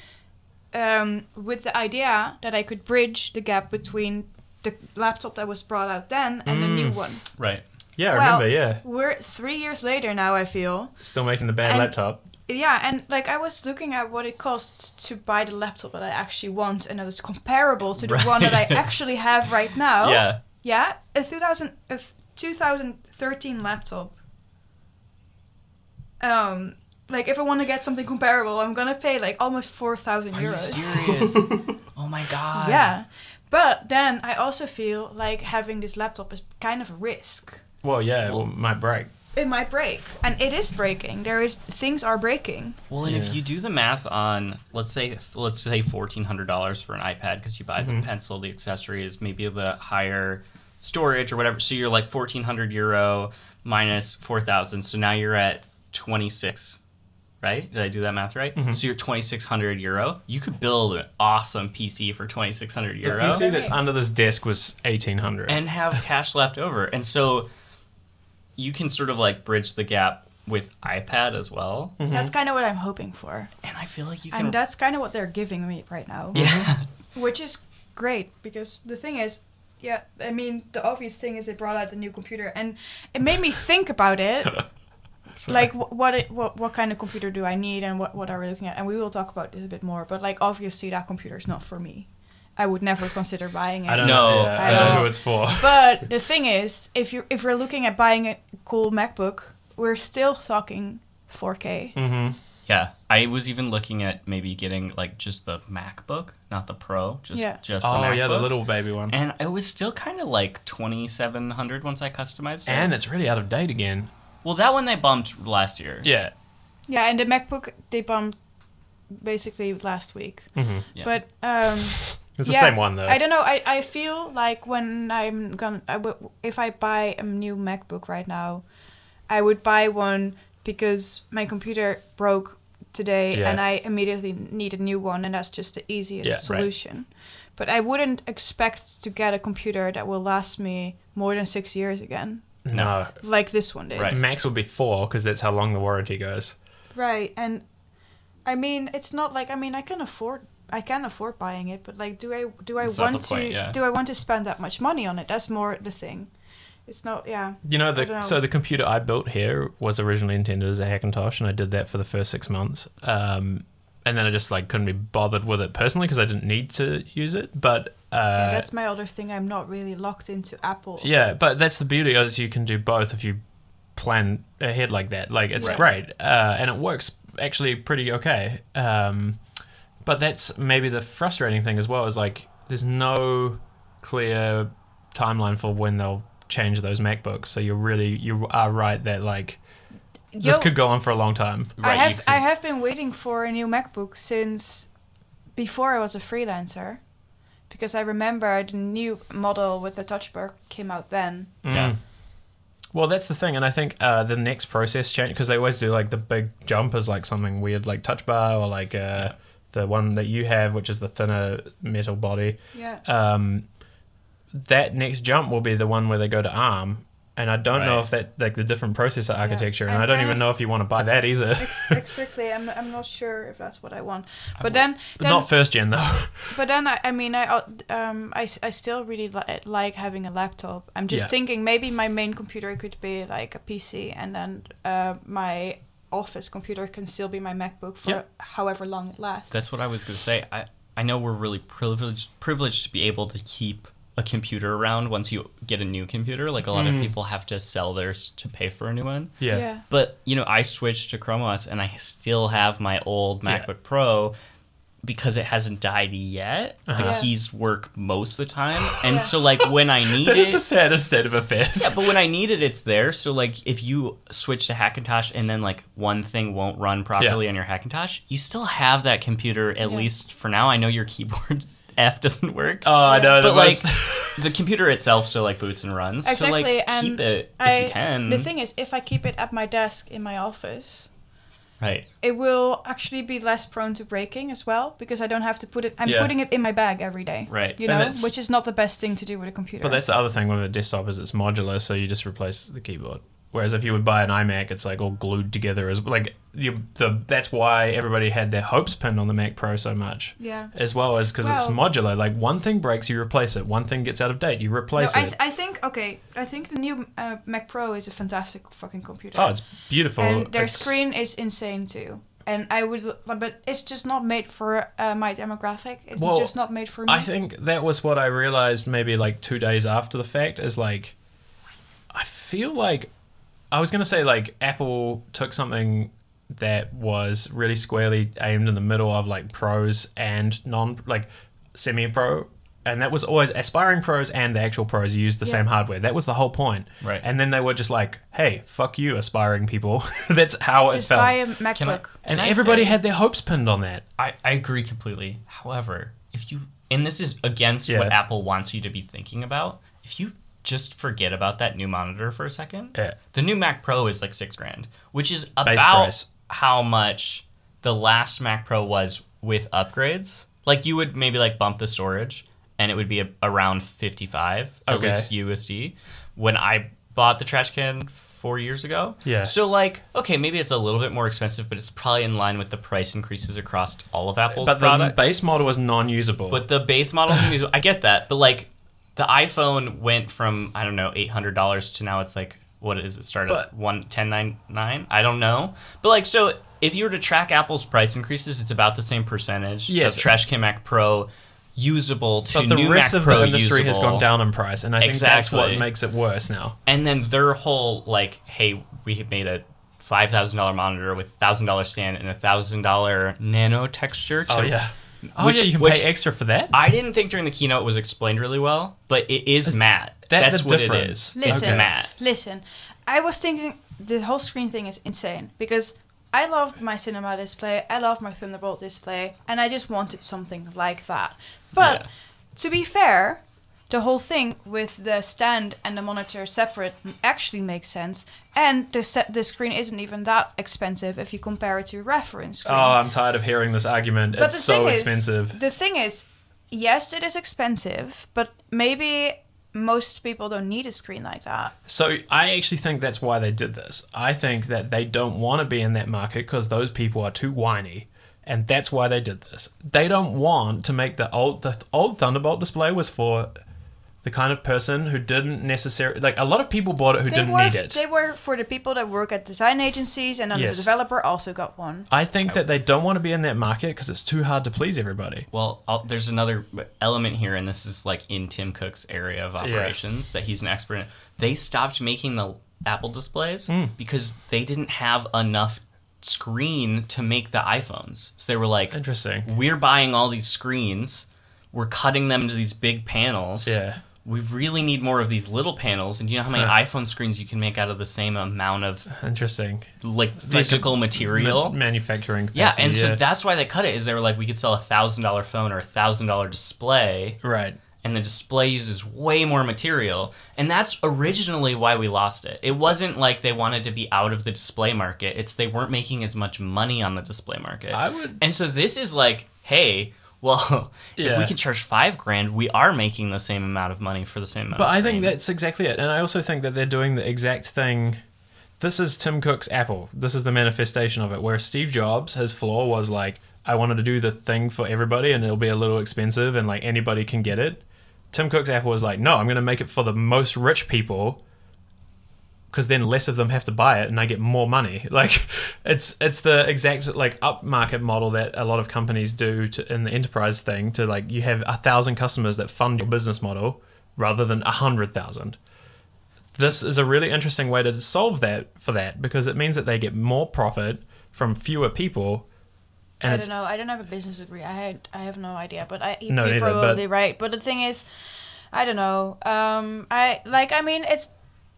Um, with the idea that I could bridge the gap between the laptop that was brought out then and the
Mm.
new one.
right.
Yeah, I
Well-
remember, yeah.
We're three years later now, I feel.
Still making the bad
And-
laptop.
Yeah, and like I was looking at what it costs to buy the laptop that I actually want and that is comparable to the
Right.
one that
(laughs)
I actually have right now.
Yeah,
Yeah, a 2000 a th- 2013 laptop. Um like if I want to get something comparable, I'm going to pay like almost 4000
are you
euros. (laughs)
serious? oh my god.
Yeah. But then I also feel like having this laptop is kind of a risk.
Well, yeah, well, might break.
It might break, and it is breaking. There is things are breaking.
Well, and
Yeah.
if you do the math on let's say let's say fourteen hundred dollars for an iPad because you buy
Mm-hmm.
the pencil, the accessories, maybe the higher storage or whatever, so you're like fourteen hundred euro minus four thousand, so now you're at twenty six. Right? Did I do that math right?
Mm-hmm.
So you're 2600 euro. You could build an awesome PC for 2600
The
euro
PC
Euro?
that's under this desk was 1800 (laughs)
and have cash left over. And so you can sort of like bridge the gap with iPad as well.
Mm-hmm.
That's kind of what I'm hoping for.
And I feel like you can
And that's kind of what they're giving me right now.
(laughs)
Mm-hmm.
Yeah.
Which is great because the thing is, yeah, I mean, the obvious thing is they brought out the new computer and it made me think about it.
(laughs) Sorry.
like wh- what it, what what kind of computer do I need and what what are we looking at? And we will talk about this a bit more, but like obviously that computer is not for me. I would never consider buying it.
I don't
No,
know. yeah,
I
I don't know
don't-
who it's for.
But the thing is, if you if we're looking at buying a cool MacBook, we're still talking 4K.
Mm-hmm.
Yeah, I was even looking at maybe getting like just the MacBook, not the Pro, just
Yeah.
just the
Oh
MacBook.
yeah, the little baby one.
And it was still kind of like twenty seven hundred once I customized it.
And it's really out of date again.
well, that one they bumped last year.
Yeah.
Yeah, and the MacBook they bumped basically last week.
Mhm.
Yeah.
But um,
It's the
yeah,
same one though.
I don't know. I, I feel like when I'm gonna I w- if I buy a new MacBook right now, I would buy one because my computer broke today
Yeah.
and I immediately need a new one, and that's just the easiest
Yeah, right.
solution. But I wouldn't expect to get a computer that will last me more than six years again,
no.
like this one did.
Right.
Max would be four because that's how long the warranty goes.
Right, and I mean, it's not like I mean, I can afford I can afford buying it, but like, do I do I
That's not
want
the
to
point, yeah.
do I want to spend that much money on it? That's more the thing. It's not, yeah,
You know,
I don't
the
know.
so the computer I built here was originally intended as a Hackintosh, and I did that for the first six months. Um, and then I just like couldn't be bothered with it personally because I didn't need to use it. But
yeah.
uh,
That's my other thing. I'm not really locked into Apple.
Yeah, but that's the beauty is you can do both if you plan ahead like that. Like it's
Right.
great, uh, and it works actually pretty okay. Um, but that's maybe the frustrating thing as well is like there's no clear timeline for when they'll change those MacBooks. So you're really you are right that like this
Yo,
could go on for a long time.
I
Right, you
have
could-
I have been waiting for a new MacBook since before I was a freelancer, because I remember the new model with the Touch Bar came out then.
Yeah.
Well, that's the thing, and I think uh, the next process change because they always do like the big jump is like something weird, like touch bar or like uh, the one that you have, which is the thinner metal body.
Yeah.
Uh.
Um, that next jump will be the one where they go to ARM, and I don't know
Right.
if that like the different processor architecture, and
I'm
I don't
kind
even
of-
know if you want to buy that either.
(laughs)
Ex- exactly. I'm, I'm not sure if that's what I want. But then,
(laughs)
then
Not first gen though.
But then I, I mean I uh, um I, s- I still really li- eh, like having a laptop. I'm just
Yeah.
thinking maybe my main computer could be like a PC and then uh, my office computer can still be my MacBook for
Yeah.
however long it lasts.
That's what I was gonna say. I I know we're really privileged privileged to be able to keep a computer around once you get a new computer. Like a lot
Mm.
of people have to sell theirs to pay for a new one.
yeah.
But you know, I switched to Chrome OS and I still have my old
Yeah.
MacBook Pro because it hasn't died yet. The
Uh-huh.
Yeah.
keys work most of the
(laughs)
time, and so like when I
(laughs) (laughs)
need
That is the
it.
saddest state of affairs.
But when I need it, it's there. So like, if you switch to Hackintosh and then like one thing won't run properly on your Hackintosh, you still have that computer at
Yeah.
least for now. I know your keyboard (laughs) F doesn't work,
Oh, (laughs) I know.
but
But
like the computer itself still like boots and runs. So
Exactly,
like
and
keep it if
I,
you can.
The thing is, if I keep it at my desk in my office,
right?
it will actually be less prone to breaking as well because I don't have to put it. I'm
Yeah.
putting it in my bag every day.
Right.
You
And
know,
it's-
which is not the best thing to do with a computer.
But that's the other thing with a desktop is it's modular, so you just replace the keyboard. Whereas if you would buy an iMac, it's like all glued together. As like you, the that's why everybody had their hopes pinned on the Mac Pro so much,
yeah.
as well as because it's
Well-
modular. Like one thing breaks, you replace it. One thing gets out of date, you replace
no, I,
it.
th- I think okay. I think the new uh, Mac Pro is a fantastic fucking computer.
oh, it's beautiful.
and their
It's-
screen is insane too. And I would, l- but it's just not made for uh, my demographic. It's
Well,
just not made for me.
I think that was what I realized maybe like two days after the fact is like, I feel like I was going to say like Apple took something that was really squarely aimed in the middle of like pros and non like semi pro. And that was always aspiring pros and the actual pros used the
Yeah.
same hardware. That was the whole point.
Right.
And then they were just like, hey, fuck you, aspiring people. (laughs) That's how
just
it felt.
buy a
Can I-
MacBook.
and
can I
everybody
say-
had their hopes pinned on that.
I, I agree completely. However, if you and this is against
Yeah.
what Apple wants you to be thinking about, if you just forget about that new monitor for a second,
Yeah.
the new Mac Pro is like six grand, which is about
price.
how much the last Mac Pro was with upgrades. Like you would maybe like bump the storage, and it would be a, around fifty five at
Okay.
least USD. When I bought the trash can four years ago,
Yeah.
So like, okay, maybe it's a little bit more expensive, but it's probably in line with the price increases across all of Apple's
But
products.
the base model was non usable.
but the base
(laughs)
model, I get that, but like, the iPhone went from I don't know eight hundred dollars to now it's like what is it started
But-
at one ten nine nine? I don't know, but like so. If you were to track Apple's price increases, it's about the same percentage
Yes.
of Trash Can Mac Pro usable to
But the
new
rest
Mac
of
Pro
the industry has
usable.
gone down in price, and I think that's
Exactly.
what makes it worse now.
And then their whole like, hey, we have made a five thousand dollar monitor with thousand dollar stand and a thousand dollar nano texture. To,
Oh yeah. Oh
Which-
yeah, you can
which-
pay extra for that.
I didn't think during the keynote it was explained really well, but it is matte.
that
That's
the
what it
difference?
is.
Listen,
It's matte.
listen. I was thinking the whole screen thing is insane because I love my cinema display, I love my Thunderbolt display, and I just wanted something like that. But
Yeah.
to be fair, the whole thing with the stand and the monitor separate actually makes sense, and the set, the screen isn't even that expensive if you compare it to reference
Oh,
screen.
I'm tired of hearing this argument.
But
it's
the
so
thing
expensive.
Is, the thing is, yes, it is expensive, but maybe most people don't need a screen like that.
So I actually think that's why they did this. I think that they don't want to be in that market because those people are too whiny, and that's why they did this. They don't want to make the old the old Thunderbolt display was for the kind of person who didn't necessarily like a lot of people bought it who
They
didn't
were,
need it.
They were for the people that work at design agencies, and then
Yes.
the developer also got one.
I think that they don't want to be in that market because it's too hard to please everybody.
Well, I'll, there's another element here, and this is like in Tim Cook's area of operations that he's an expert in. They stopped making the Apple displays
Hmm.
because they didn't have enough screen to make the iPhones. So they were like,
Interesting.
We're buying all these screens, we're cutting them into these big panels.
Yeah.
We really need more of these little panels, and do you know how many
Huh.
iPhone screens you can make out of the same amount of
Interesting.
like physical material?
Ma- manufacturing.
Yeah,
Capacity,
and so that's why they cut it. Is they were like, we could sell a thousand dollar phone or a thousand dollar display,
right.
and the display uses way more material, and that's originally why we lost it. It wasn't like they wanted to be out of the display market. It's they weren't making as much money on the display market.
I would-
and so this is like, hey. Well, (laughs) if
Yeah.
we can charge five grand, we are making the same amount of money for the same amount.
But
of
I think
screen.
that's exactly it. And I also think that they're doing the exact thing. This is Tim Cook's Apple. This is the manifestation of it, where Steve Jobs, his flaw was like, I wanted to do the thing for everybody and it'll be a little expensive and like anybody can get it. Tim Cook's Apple was like, no, I'm going to make it for the most rich people because then less of them have to buy it and I get more money. (laughs) Like it's it's the exact like upmarket model that a lot of companies do to, in the enterprise thing to like you have a thousand customers that fund your business model rather than a hundred thousand. This is a really interesting way to solve that for that because it means that they get more profit from fewer people. And
I
it's
don't know. I don't have a business degree. I had, I have no idea, but I
No,
you're
neither, but-
probably right. But the thing is, I don't know. Um, I like. I mean, it's.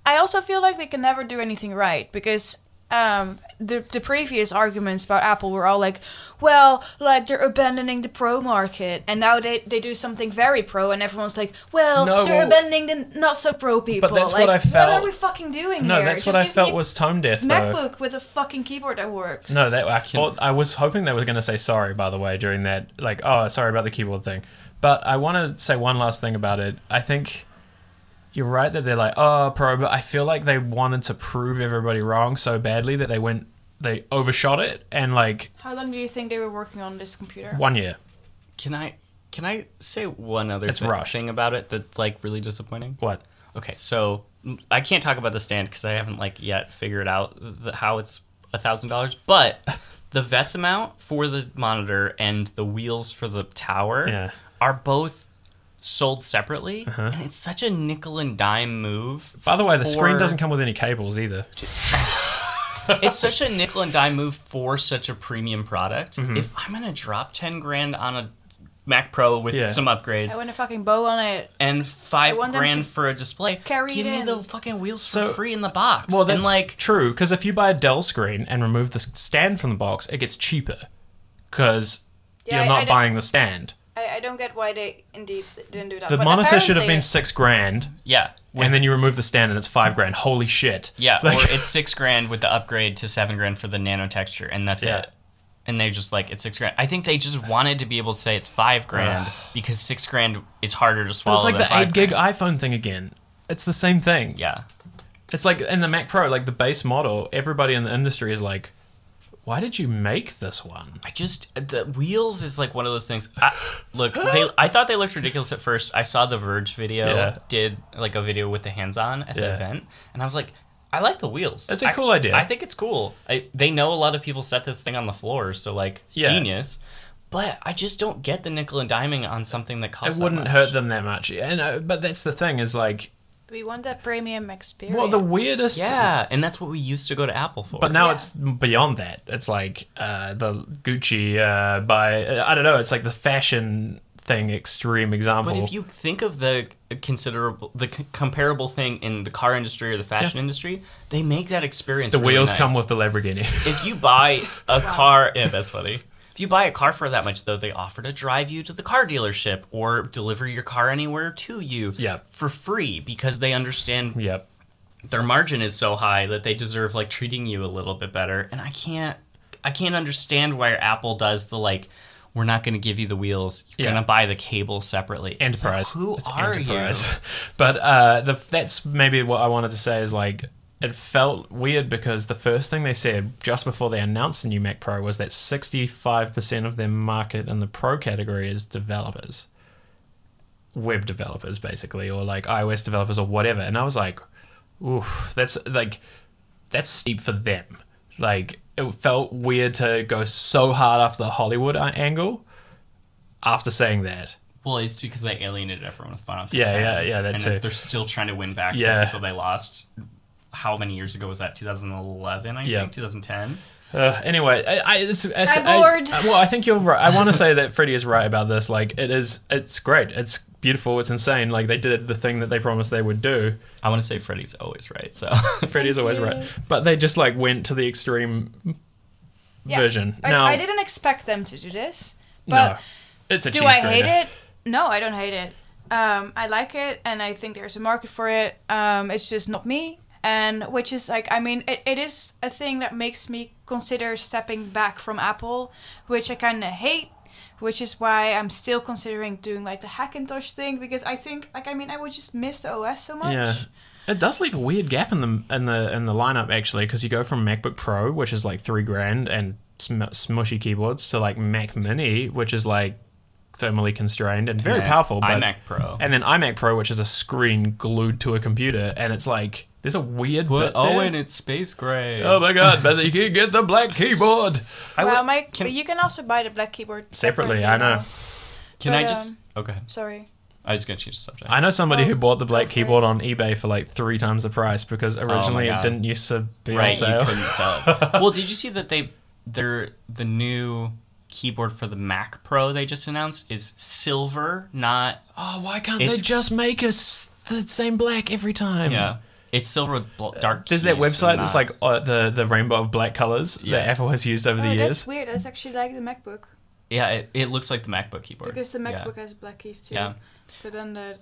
I also feel like they can never do anything right because. Um, the, the previous arguments about Apple were all like, well, like they're abandoning the pro market, and now they, they do something very pro, and everyone's like, well,
No,
they're
well-
abandoning the not so pro people.
that's
like,
what I
What
felt-
are we fucking doing
no,
here?
that's
Just
what I
give me
felt
a
was tone deaf. though.
MacBook with a fucking keyboard that works.
No, that I thought I was hoping they were going to say sorry. By the way, during that, like, oh, sorry about the keyboard thing. But I want to say one last thing about it. I think you're right that they're like, oh, pro, but I feel like they wanted to prove everybody wrong so badly that they went, they overshot it, and like
How long do you think they were working on this computer?
one year.
Can I can I say one other
It's
thi-
rushed.
thing about it that's like really disappointing?
What?
Okay, so mm, I can't talk about the stand because I haven't like yet figured out the, how it's a thousand dollars. But the vest amount for the monitor and the wheels for the tower
Yeah. Uh-huh.
are both sold separately, and it's such a nickel and dime move.
By the way, the screen
for-
doesn't come with any cables either.
(laughs) it's such a nickel and dime move for such a premium product.
Mm-hmm.
If I'm gonna drop ten grand on a Mac Pro with
Yeah.
some upgrades,
I want a fucking bow on it.
and five
I want them
grand
to
for a display.
carry
Give
it
me
in.
the fucking wheels for
So-
free in the box.
Well, that's
and like
true because if you buy a Dell screen and remove the s- stand from the box, it gets cheaper because
Yeah, I-
you're not
I don't-
buying the stand.
I, I don't get why they indeed didn't do that.
The
but
monitor should have been
apparently-
six grand.
yeah,
and then you remove the stand and it's five grand. Holy shit!
yeah,
Like- (laughs)
or it's six grand with the upgrade to seven grand for the nano texture, and that's
Yeah.
it. And they're just like it's six grand. I think they just wanted to be able to say it's five grand because six grand is harder to swallow.
it's like
than
the
five
eight gig
grand.
iPhone thing again. It's the same thing.
Yeah,
It's like in the Mac Pro, like the base model. Everybody in the industry is like, "Why did you make this one?"
I just the wheels is like one of those things. I, look, they, I thought they looked ridiculous at first. I saw the Verge video
Yeah.
did like a video with the hands on at the
Yeah.
event, and I was like, I like the wheels.
That's a
I-
cool idea.
I think it's cool. I, they know a lot of people set this thing on the floor, so like
Yeah.
genius. But I just don't get the nickel and diming on something that
It
costs.
wouldn't
that much.
hurt them that much. And uh, but that's the thing is like
We want that premium experience.
well the weirdest
Yeah, and that's what we used to go to Apple for.
But now
Yeah.
it's beyond that. It's like uh, the Gucci uh, by uh, I don't know. It's like the fashion thing extreme example.
But if you think of the considerable, the c- comparable thing in the car industry or the fashion industry, they make that experience.
the
really
wheels
nice.
come with the Lamborghini. (laughs)
If you buy a car, yeah, that's funny. If you buy a car for that much, though, they offer to drive you to the car dealership or deliver your car anywhere to you
Yeah.
for free because they understand
yep.
their margin is so high that they deserve like treating you a little bit better and i can't i can't understand why apple does the like we're not going to give you the wheels you're
Yeah.
going to buy the cable separately It's like,
Enterprise.
who
It's
are
Enterprise. (laughs) But uh, the, that's maybe what I wanted to say is like it felt weird because the first thing they said just before they announced the new Mac Pro was that 65% of their market in the Pro category is developers, web developers basically, or like iOS developers or whatever. And I was like, oof, that's like that's steep for them. Like it felt weird to go so hard off the Hollywood uh, angle after saying that.
you well it's because they alienated everyone with final Cut
Yeah,
10.
yeah, yeah, that
and
too.
they're still trying to win back
Yeah.
the people they lost how many years ago was that 2011 i
Yeah.
think 2010
Uh, anyway, I, I, it's, I,
I'm
I-
bored.
I- well, I think you're right. I want to say that Freddie is right about this. Like, it is, it's great. It's beautiful. It's insane. Like, they did the thing that they promised they would
(laughs)
do.
i want to say freddie's always right so
Freddie is always
you.
right. But they just, like, went to the extreme
Yeah,
version.
I,
now,
I didn't expect them to do this, but
no, it's a
do
cheese
I hate
grater.
it? No, I don't hate it. Um, I like it, and I think there's a market for it. Um, it's just not me, and which is like, I mean, it, it is a thing that makes me consider stepping back from Apple, which I kind of hate. Which is why I'm still considering doing like the Hackintosh thing because I think, like, I mean, I would just miss the OS so much.
Yeah. It does leave a weird gap in the in the in the lineup actually, because you go from MacBook Pro, which is like three grand and sm- smushy keyboards, to like Mac Mini, which is like thermally constrained and (laughs) very
And
powerful. But,
imac pro
and then iMac Pro, which is a screen glued to a computer, and it's like there's a weird bit there.
it's space
(laughs)
gray
Oh my god! But you can get the black keyboard
I
well,
would-
my,
can-
but you can also buy the black keyboard
separately. I know.
now.
can
But,
i just
um,
oh go ahead
Sorry.
i was going to change the subject
I know somebody who bought the black
go for it.
keyboard on eBay for like three times the price because originally it
Oh God.
didn't used to be on
right,
sale.
you couldn't sell it. well, did you see that they their the new keyboard for the Mac Pro they just announced is silver, not
(laughs) Oh, why can't
It's-
they just make us the same black every time?
yeah, it's silver with bl- dark.
There's that
keys
website
and
that's
not-
like uh, the the rainbow of black colors
Yeah.
that Apple has used over the
Oh,
years.
that's weird. That's actually like the MacBook
yeah, it, it looks like the MacBook keyboard
because the
Yeah.
MacBook has black keys too.
Yeah.
But then the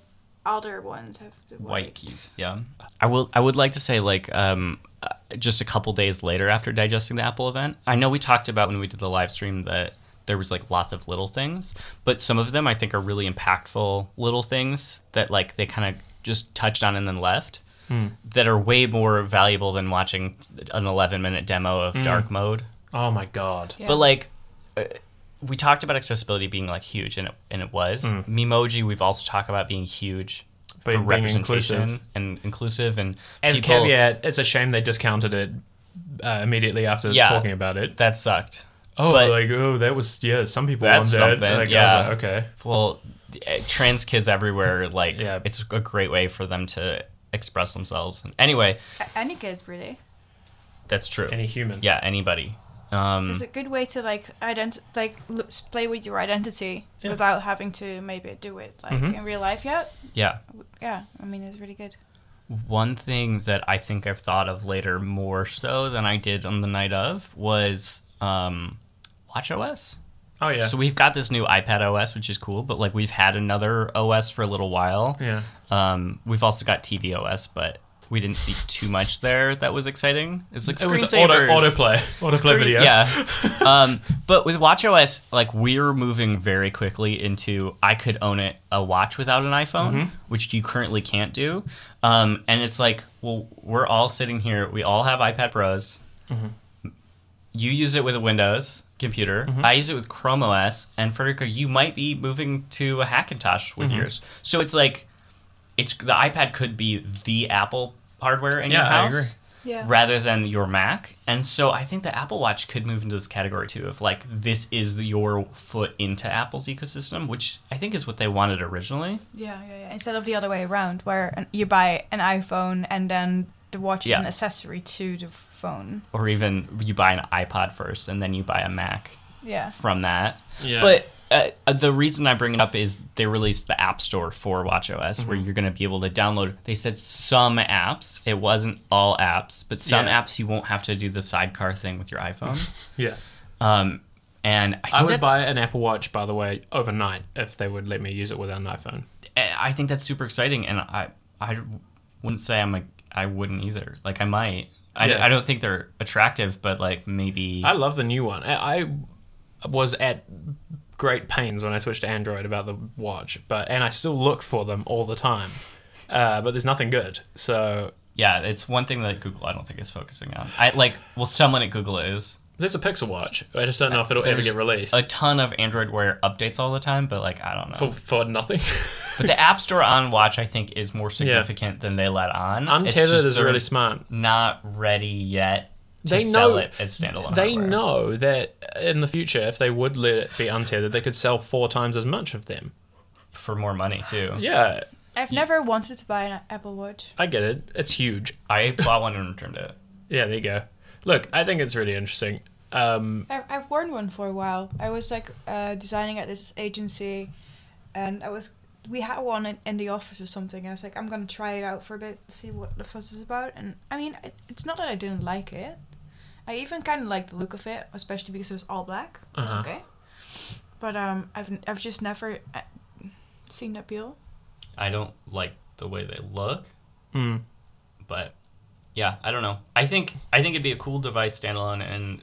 other ones have the white.
white keys. Yeah, I will. I would like to say like um, uh, just a couple days later after digesting the Apple event. I know we talked about when we did the live stream that there was like lots of little things, but some of them I think are really impactful little things that like they kind of just touched on and then left. That are way more valuable than watching an 11 minute demo of dark mode.
Oh my god.
Yeah.
But like, uh, we talked about accessibility being like huge, and it, and it was. Memoji, we've also talked about being huge
Hmm. Being-
for
being
representation
inclusive.
and inclusive, and
As uh, a
people-
caveat, it's a shame they discounted it uh, immediately after
Yeah.
talking about it.
That sucked.
Oh,
But-
like oh, that was yeah. Some people
That's
want
something,
that. Like,
yeah.
I was like, okay.
Well, eh, trans kids everywhere, like,
Yeah.
it's a great way for them to express themselves. And anyway,
A- Any kid really.
that's true.
Any human.
yeah, anybody.
It's
Um,
a good way to like ident like l- s- play with your identity
Yeah.
without having to maybe do it like in real life yet.
yeah.
Yeah, I mean it's really good.
One thing that I think I've thought of later more so than I did on the night of was um, Watch OS.
Oh yeah.
So we've got this new iPad OS, which is cool, but like we've had another OS for a little while.
yeah.
Um, we've also got TV OS, but we didn't see too much there that was exciting. It was like
It was auto (laughs)
screensavers.
autoplay autoplay
Screen-
video.
Yeah.
(laughs)
um, but with WatchOS, like we're moving very quickly into I could own it a watch without an iPhone,
Mm-hmm.
which you currently can't do. Um, and it's like, well, we're all sitting here. We all have iPad Pros.
Mm-hmm.
You use it with a Windows computer.
Mm-hmm.
I use it with Chrome OS, and Federico, you might be moving to a Hackintosh with
Mm-hmm.
yours. So it's like, it's the iPad could be the Apple hardware in
Yeah,
your
I
house.
agree.
Yeah.
rather than your Mac. And so I think the Apple Watch could move into this category too of like this is your foot into Apple's ecosystem, which I think is what they wanted originally.
Yeah, yeah, yeah. Instead of the other way around, where an, you buy an iPhone and then the watch is
Yeah.
an accessory to the phone.
Or even you buy an iPod first and then you buy a Mac
Yeah.
from that.
Yeah.
But uh, uh, the reason I bring it up is they released the App Store for WatchOS, where
Mm-hmm.
you're going to be able to download. They said some apps. It wasn't all apps, but some
Yeah.
apps you won't have to do the sidecar thing with your
(laughs)
iPhone.
yeah.
um, and I, think
I would
that's,
buy an Apple Watch, by the way, overnight if they would let me use it without an iPhone.
I think that's super exciting, and I I wouldn't say I'm like I wouldn't either. Like I might. I,
Yeah.
I don't think they're attractive, but like maybe
I love the new one. I, I was at great pains when I switched to Android about the watch, but and I still look for them all the time. Uh, but there's nothing good. So
yeah, it's one thing that Google I don't think is focusing on. I like well, someone at Google is.
there's a Pixel Watch. I just don't know if it'll ever
There's
get released
A ton of Android Wear updates all the time, but like I don't
for,
know.
for nothing.
But the App Store on Watch, I think, is more significant than they let on. It's
Untethered
just
is
they're
really smart.
not ready yet to
They
sell
know-
it as standalone.
They
hardware.
know that in the future, if they would let it be untethered, they could sell four times as much of them.
for more money too.
Yeah,
I've never wanted to buy an Apple Watch.
I get it. It's huge.
I bought one and returned it.
Yeah, there you go. Look, I think it's really interesting. Um,
I've, I've worn one for a while. I was like uh, designing at this agency, and I was we had one in, in the office or something. And I was like, I'm gonna try it out for a bit, see what the fuss is about. And I mean, it, it's not that I didn't like it. I even kind of liked the look of it, especially because it was all black. It's
Uh-huh.
okay. But um, I've n- I've just never uh, seen the appeal.
I don't like the way they look,
mm,
but yeah, I don't know. I think I think it'd be a cool device standalone, and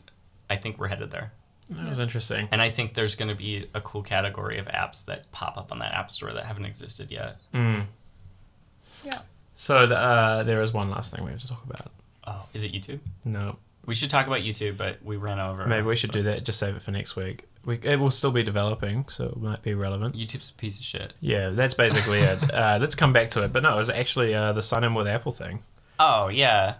I think we're headed there.
that was interesting.
And I think there's going to be a cool category of apps that pop up on that App Store that haven't existed yet.
Mm.
Yeah.
So the, uh, there is one last thing we have to talk about.
Oh, is it YouTube?
No,
We should talk about YouTube, but we ran over.
maybe we should
so-
do that. Just save it for next week. We, it will still be developing, so it might be relevant.
YouTube's a piece of shit.
Yeah, that's basically it.
(laughs)
Uh, let's come back to it. But no, it was actually uh, the sign in with Apple thing.
Oh yeah.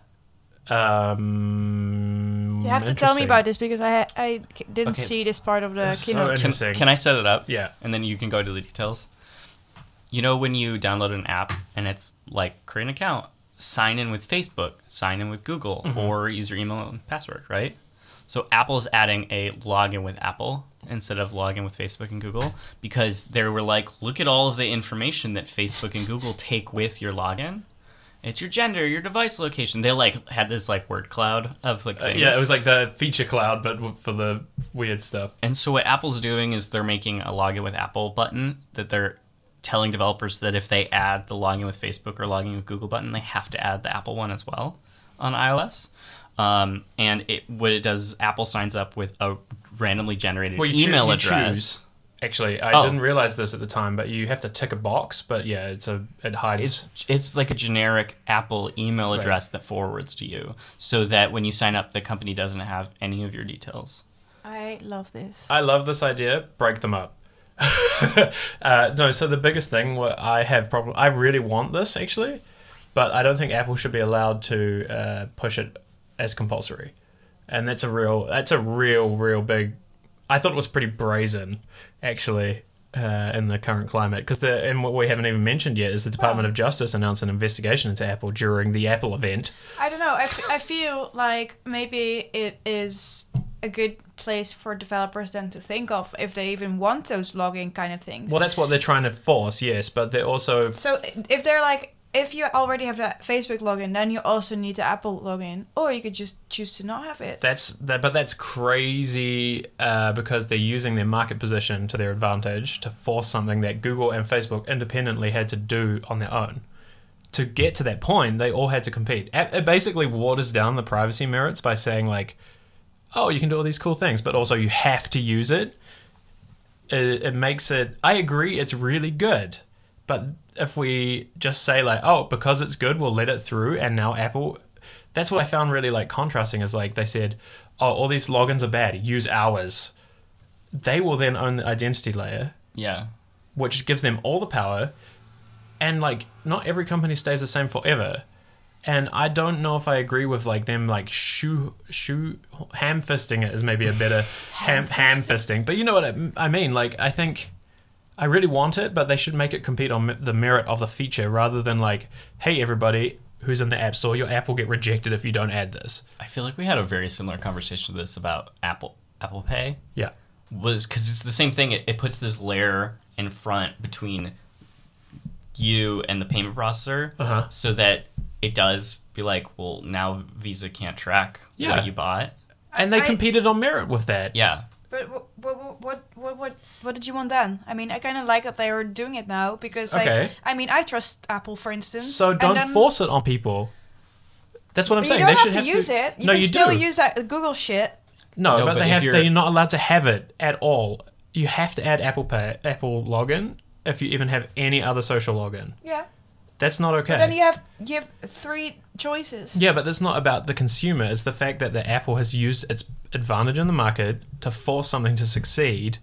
Um,
You have to tell me
interesting.
about this because I ha- I c- didn't
Okay.
see this part of the
It's so
keynote.
in-
Can,
Interesting.
can I set it up?
Yeah.
And then you can go to the details. You know when you download an app and it's like create an account, sign in with Facebook, sign in with Google,
Mm-hmm.
or use your email and password, right? So Apple's adding a login with Apple instead of login with Facebook and Google because they were like, look at all of the information that Facebook and Google take with your login. It's your gender, your device location. They like had this like word cloud of like
Uh,
things.
yeah, it was like the feature cloud, but w- for the weird stuff.
And so what Apple's doing is they're making a login with Apple button that they're telling developers that if they add the login with Facebook or login with Google button, they have to add the Apple one as well on iOS. Um, and it, what it does, is Apple signs up with a randomly generated
Well, you choo-
email
you
address.
choose. Actually, I
Oh.
didn't realize this at the time, but you have to tick a box. But yeah, it's a it hides.
It's it's like a generic Apple email address that forwards to you, so that when you sign up, the company doesn't have any of your details.
I love this.
I love this idea. Break them up. (laughs) uh, no, so the biggest thing what I have problem. I really want this actually, but I don't think Apple should be allowed to uh, push it as compulsory, and that's a real that's a real real big. I thought it was pretty brazen, actually, uh, in the current climate. Because the and what we haven't even mentioned yet is the Department of Justice announced an investigation into Apple during the Apple event.
I don't know. I, f- I feel like maybe it is a good place for developers then to think of if they even want those login kind of things.
Well, that's what they're trying to force, yes, but they're also
so if they're like, if you already have the Facebook login, then you also need the Apple login, or you could just choose to not have it.
That's that, but that's crazy uh, because they're using their market position to their advantage to force something that Google and Facebook independently had to do on their own. To get to that point, they all had to compete. A- It basically waters down the privacy merits by saying like, "Oh, you can do all these cool things, but also you have to use it." It, it makes it. I agree, it's really good, but if we just say like, "Oh, because it's good, we'll let it through," and now Apple that's what I found really like contrasting is like they said, oh, all these logins are bad. Use ours. They will then own the identity layer,
Yeah,
which gives them all the power. And like, not every company stays the same forever. and I don't know if I agree with like them like shoe shoe ham fisting it is maybe a (laughs) better ham ham fisting, but you know what I, I mean. Like I think I really want it, but they should make it compete on m- the merit of the feature rather than like, hey everybody who's in the app store, your app will get rejected if you don't add this.
I feel like we had a very similar conversation to this about Apple Apple Pay
Yeah,
was because it's the same thing. It, it puts this layer in front between you and the payment processor,
Uh-huh.
so that it does be like, well, now Visa can't track
Yeah.
what you bought.
and they
I-
competed on merit with that.
Yeah,
But what what what what what, what did you want then? I mean, I kind of like that they are doing it now because like
Okay.
I mean, I trust Apple for instance.
So
and
don't
then-
force it on people. That's what I'm
but
saying.
You don't
they should
have to use it. You
no,
can
you
still
do.
use that Google shit.
No,
No,
but,
but
they
if
have.
you're-
They're not allowed to have it at all. You have to add Apple Pay, Apple login, if you even have any other social login.
Yeah.
That's not okay.
Then you have you have three choices.
yeah, but that's not about the consumer. It's the fact that the Apple has used its advantage in the market to force something to succeed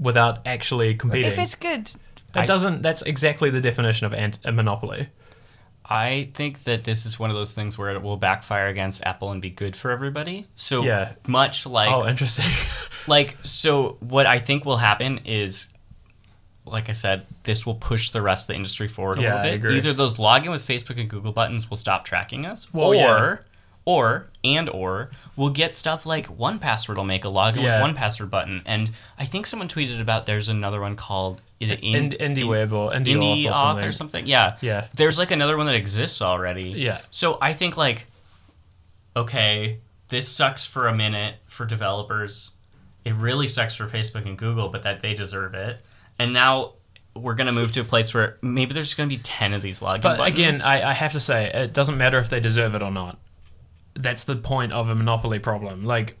without actually competing.
If it's good,
it doesn't. That's exactly the definition of ant- a monopoly.
I think that this is one of those things where it will backfire against Apple and be good for everybody. So
Yeah.
much like
oh, interesting.
like so what i think will happen is like i said this will push the rest of the industry forward a
Yeah,
little
I
bit
agree.
either those login with facebook and google buttons will stop tracking us
Well,
or
yeah.
or and or we'll get stuff like one password will make a login
Yeah.
with one password button and i think someone tweeted about there's another one called is it
(laughs)
in,
Ind- IndieWeb or Indie,
indie
Auth or
auth
something.
or something yeah
Yeah.
there's like another one that exists already
Yeah.
so i think like okay, this sucks for a minute for developers. It really sucks for Facebook and Google, but that they deserve it. And now we're gonna move to a place where maybe there's gonna be ten of these login
But
buttons.
again, I, I have to say, it doesn't matter if they deserve it or not. That's the point of a monopoly problem. Like,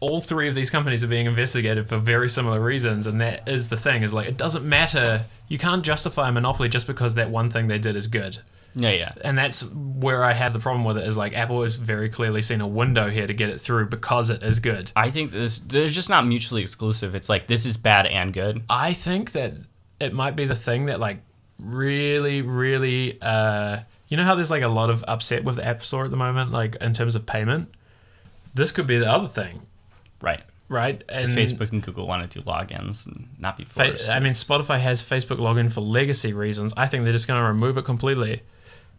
all three of these companies are being investigated for very similar reasons, and that is the thing. Is like, it doesn't matter. You can't justify a monopoly just because that one thing they did is good.
no, yeah,
And that's where I have the problem with it. Is like, Apple has very clearly seen a window here to get it through because it is good.
I think this they're just not mutually exclusive. It's like this is bad and good.
I think that it might be the thing that like really, really uh you know how there's like a lot of upset with the App Store at the moment, like in terms of payment? This could be the other thing,
Right.
right? And
Facebook and Google want to do logins and not be
Fa-
forced.
I mean Spotify has Facebook login for legacy reasons. I think they're just gonna remove it completely.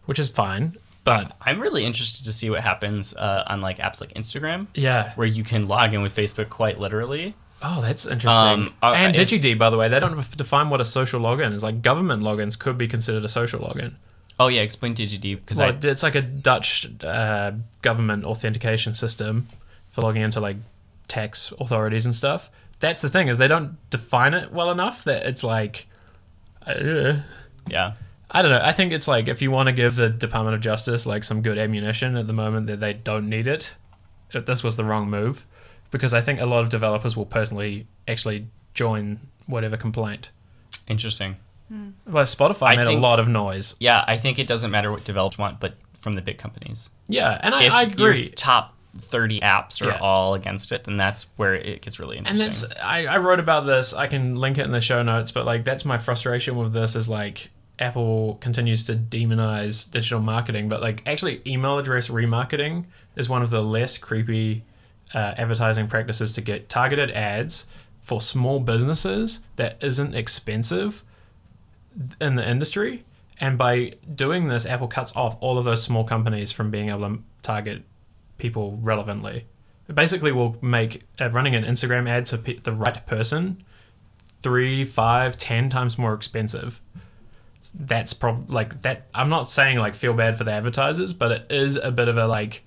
Which is fine. But
I'm really interested to see what happens uh, on like apps like Instagram,
yeah.
where you can log in with Facebook quite literally.
Oh, that's interesting.
Um, uh,
and
it's-
DigiD, by the way, they don't f- define what a social login is. Like government logins could be considered a social login.
Oh yeah, explain DigiD because
Well,
I
it's like a Dutch uh, government authentication system for logging into like tax authorities and stuff. That's the thing is they don't define it well enough that it's like, uh,
yeah.
I don't know. I think it's like if you want to give the Department of Justice like some good ammunition at the moment that they don't need it, if this was the wrong move, because I think a lot of developers will personally actually join whatever complaint.
Interesting.
Well, Spotify
I
made a
think-
lot of noise.
Yeah, I think it doesn't matter what developers want, but from the big companies.
Yeah, and I,
If
I
your
agree.
top 30 apps are
Yeah.
all against it, then that's where it gets really interesting.
and that's I, I wrote about this i can link it in the show notes but like that's my frustration with this is like apple continues to demonize digital marketing but like actually email address remarketing is one of the less creepy uh, advertising practices to get targeted ads for small businesses that isn't expensive in the industry and by doing this apple cuts off all of those small companies from being able to target people relevantly. It basically will make uh, running an Instagram ad to pe- the right person three, five, ten times more expensive. That's prob like that. I'm not saying like feel bad for the advertisers, but it is a bit of a like,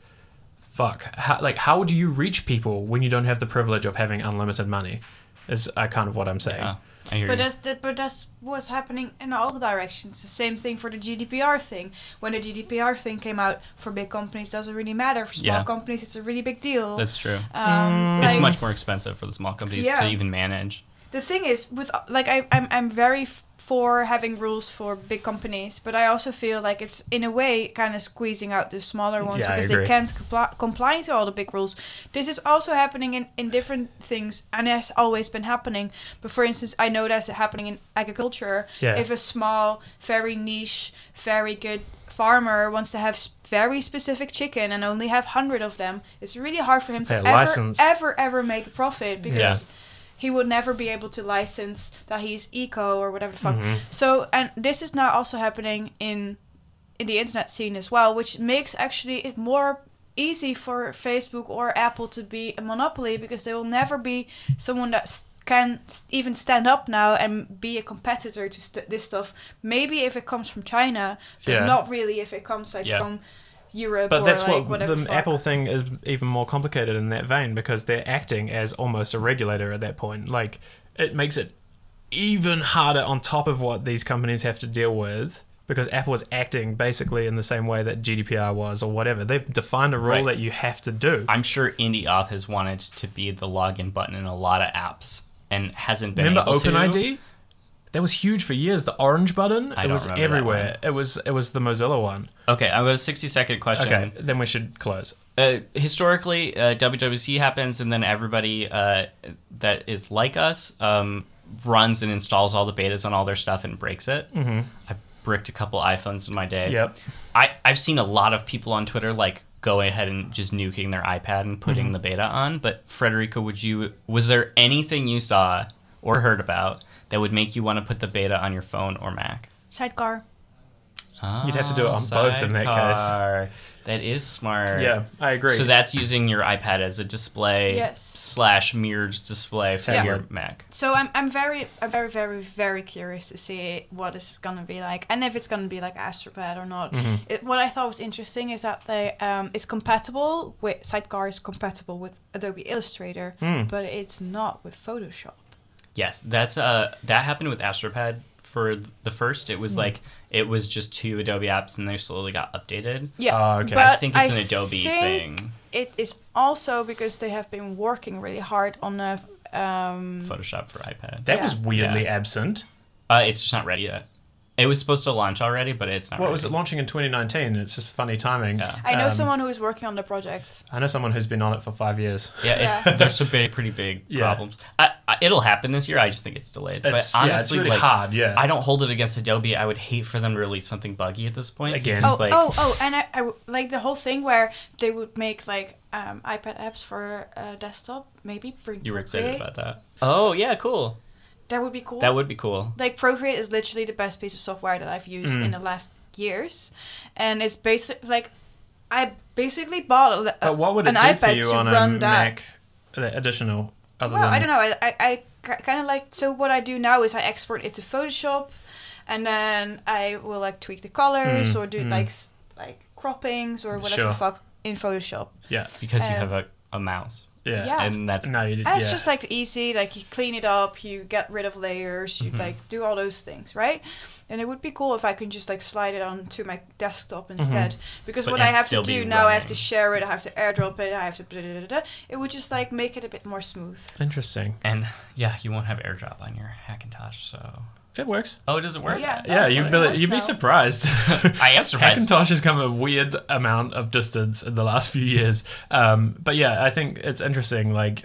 fuck. How, like, how do you reach people when you don't have the privilege of having unlimited money? Is uh, kind of what I'm saying.
Yeah, I hear
But
you.
that's the, but that's what's happening in all directions. The same thing for the GDPR thing. When the GDPR thing came out, for big companies doesn't really matter. For small
Yeah.
companies, it's a really big deal.
That's true.
um,
It's
like- (laughs)
much more expensive for the small companies
Yeah.
to even manage.
The thing is, with like I, I'm I'm very f- for having rules for big companies, but I also feel like it's in a way kind of squeezing out the smaller ones
Yeah, I
because
agree.
they can't compli- comply to all the big rules. This is also happening in in different things and has always been happening. But for instance, I know that's happening in agriculture.
Yeah.
If a small, very niche, very good farmer wants to have s- very specific chicken and only have 100 of them, it's really hard for him
pay
to
a
ever,
license.
ever, ever make a profit because
Yeah.
he would never be able to license that he's eco or whatever the fuck.
Mm-hmm.
So, and this is now also happening in in the internet scene as well, which makes actually it more easy for Facebook or Apple to be a monopoly because there will never be someone that s can s even stand up now and be a competitor to st- this stuff. Maybe if it comes from China, but
Yeah.
not really if it comes like
Yeah.
from Europe.
But
or,
that's
like,
what
whatever
the
fuck.
Apple thing is even more complicated in that vein because they're acting as almost a regulator at that point. Like it makes it even harder on top of what these companies have to deal with because Apple is acting basically in the same way that GDPR was or whatever. They've defined a rule
Right.
that you have to do.
I'm sure IndieAuth has wanted to be the login button in a lot of apps and hasn't been
Remember
able to.
OpenID? That was huge for years. The orange button, it
don't
was
remember that
everywhere. It was it was the Mozilla one.
Okay, I have a 60 second question.
Okay, then we should close.
uh, historically, uh, WWC happens, and then everybody uh, that is like us um, runs and installs all the betas on all their stuff and breaks it. Mm-hmm. I bricked a couple iPhones in my day.
Yep.
I, I've seen a lot of people on Twitter like go ahead and just nuking their iPad and putting
Mm-hmm.
the beta on. But Frederica, would you? Was there anything you saw or heard about that would make you want to put the beta on your phone or Mac?
sidecar.
You'd have to do it on both in that case.
Ah, Sidecar. That is smart.
Yeah, I agree.
So that's using your iPad as a display
Yes.
slash mirrored display for
Yeah.
your Mac.
So I'm, I'm very I'm very very very curious to see what this is gonna be like and if it's gonna be like Astropad or not.
Mm-hmm.
It, what I thought was interesting is that they um, it's compatible with Sidecar is compatible with Adobe Illustrator,
Hmm.
but it's not with Photoshop.
Yes, that's uh that happened with AstroPad for the first. It was
Mm.
like it was just two Adobe apps and they slowly got updated.
Yeah,
Ah, okay.
but
I think it's an Adobe
think
thing.
It is also because they have been working really hard on a um,
Photoshop for iPad.
that
yeah.
was weirdly
Yeah.
absent.
uh, it's just not ready yet. It was supposed to launch already, but it's not.
What
ready.
was it launching in 2019? It's just funny timing.
Yeah.
I know
Um,
someone who is working on the project.
I know someone who's been on it for five years.
Yeah, it's,
Yeah.
there's some big, pretty big
(laughs) Yeah.
problems. I, I, it'll happen this year. I just think it's delayed.
It's,
but honestly,
yeah, it's really
like,
hard. Yeah,
I don't hold it against Adobe. I would hate for them to release something buggy at this point.
Again.
because,
Oh,
like,
oh, oh, and I, I w- like the whole thing where they would make like um, iPad apps for uh, desktop, maybe. Bring
you were excited
Procreate.
about that. Oh yeah, cool.
That would be cool.
That would be cool.
like Procreate is literally the best piece of software that I've used
Mm.
in the last years, and it's basic like I basically bought a,
Oh,
but what would it
an
do
iPad
for you
to
on
run
a
that.
Mac? The additional, other
Well,
than
I don't know. I, I, kind of like so. What I do now is I export it to Photoshop, and then I will like tweak the colors
Mm,
or do
mm.
like s- like croppings or whatever
Sure.
the fuck in Photoshop.
yeah,
Because you
Um,
have a, a mouse,
yeah,
Yeah.
and that's
No, you did.
And it's
yeah.
just like easy. Like you clean it up, you get rid of layers,
Mm-hmm.
you like do all those things, right? And it would be cool if I could just like slide it onto my desktop instead, because
Mm-hmm. But
what I
it'd
have to
still
do
be
now, I have
running.
to share it, I have to airdrop it, I have to. Blah, blah, blah, blah. It would just like make it a bit more smooth.
interesting.
and yeah, you won't have AirDrop on your Hackintosh. So
It works.
oh, it doesn't work.
Yeah.
Yeah,
Oh,
you'd
it
be
works
you'd be
now.
surprised.
I am (laughs) surprised.
Hackintosh has come a weird amount of distance in the last few years. Um, but yeah, I think it's interesting. Like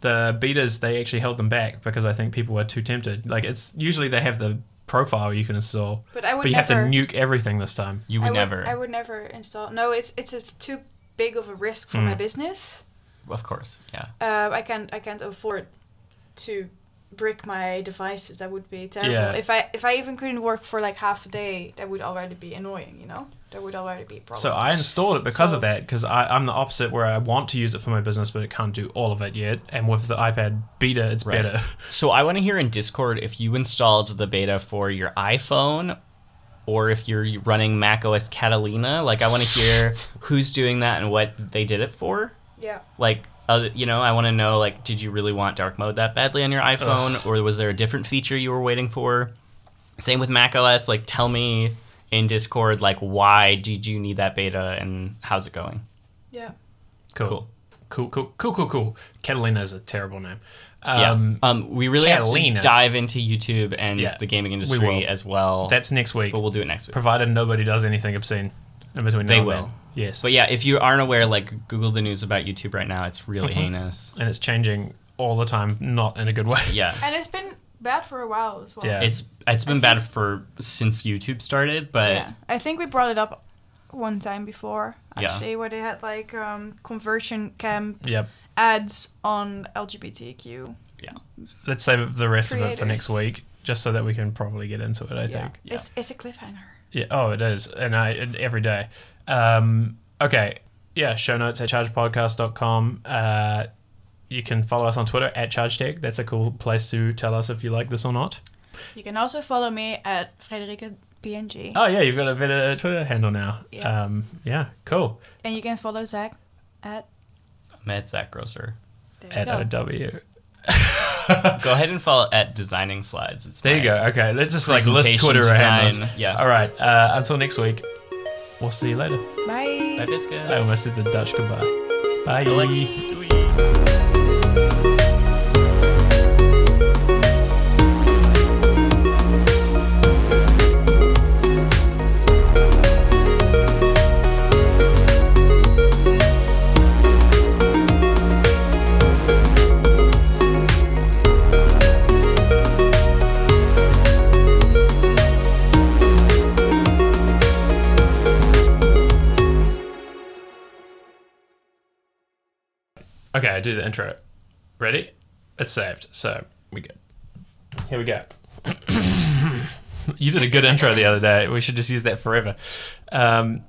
the betas, they actually held them back because I think people were too tempted. Like it's usually they have the profile you can install,
But I would
but you have
never.
to nuke everything this time.
You
I
would never,
I would never install. No, it's it's a, too big of a risk for my
Mm.
business.
of course. Yeah,
Uh, I can't I can't afford to brick my devices. That would be terrible.
Yeah.
If I if I even couldn't work for like half a day, that would already be annoying. You know, that would already be a problem.
So I installed it because
So-
of that, because I'm the opposite where I want to use it for my business, but it can't do all of it yet. And with the iPad beta, it's
Right.
better. (laughs)
So I want to hear in Discord if you installed the beta for your iPhone or if you're running Mac OS Catalina. Like, I want to hear who's doing that and what they did it for.
yeah.
Like, uh, you know, I want to know, like, did you really want dark mode that badly on your iPhone?
Ugh.
Or was there a different feature you were waiting for? Same with Mac OS. Like, tell me in Discord, like, why did you need that beta and how's it going?
Yeah.
Cool.
Cool.
Cool. Cool, cool, cool, cool, Catalina is a terrible name.
Yeah.
Um,
Um, we really have
Catalina.
to dive into YouTube and
Yeah,
the gaming
will.
industry as well.
That's next week.
but we'll do it next week.
provided nobody does anything obscene in between now
They
and
will.
then. yes
But yeah, if you aren't aware, like Google the news about YouTube right now, it's really
Mm-hmm.
heinous.
and it's changing all the time not in a good way
Yeah.
And it's been bad for a while as well.
Yeah.
It's it's been bad for since YouTube started, but
Yeah. I think we brought it up one time before
Yeah.
actually where they had like um, conversion camp
(laughs) Yep.
ads on LGBTQ.
Yeah.
Let's save the rest of it for next
Creators.
week, just so that we can probably get into it. I
yeah.
think.
It's it's a cliffhanger.
Yeah. Oh, it is, and I and every day. Um, okay. Yeah. Show notes at chargepodcast.com. Uh, you can follow us on Twitter at chargetech. That's a cool place to tell us if you like this or not.
You can also follow me at Frederica PNG.
Oh yeah, you've got a bit of Twitter handle now.
Yeah.
Um, yeah. Cool.
And you can follow Zach at
Med Zach Grosser.
there you
At
go.
OW.
Go ahead and follow at Designing Slides. It's
There
my-
you go. Okay. Let's just like list
Presentation
Twitter handles.
design. Yeah.
All right. Uh, until next week. We'll see you later.
Bye.
Bye, biscuits.
I almost said the Dutch goodbye. Bye.
Bye.
Okay, I do the intro. Ready? It's saved, so we good. Here we go. (coughs) you did a good intro the other day. We should just use that forever. Um,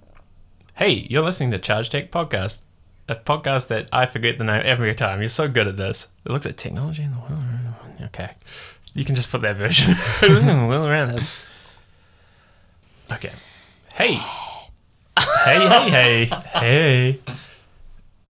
hey, you're listening to Charge Tech Podcast, a podcast that I forget the name every time. You're so good at this. It looks at technology in the world. around- Okay, you can just put that version. (laughs) Wheel around us. Okay. Hey. Hey, hey, hey, hey.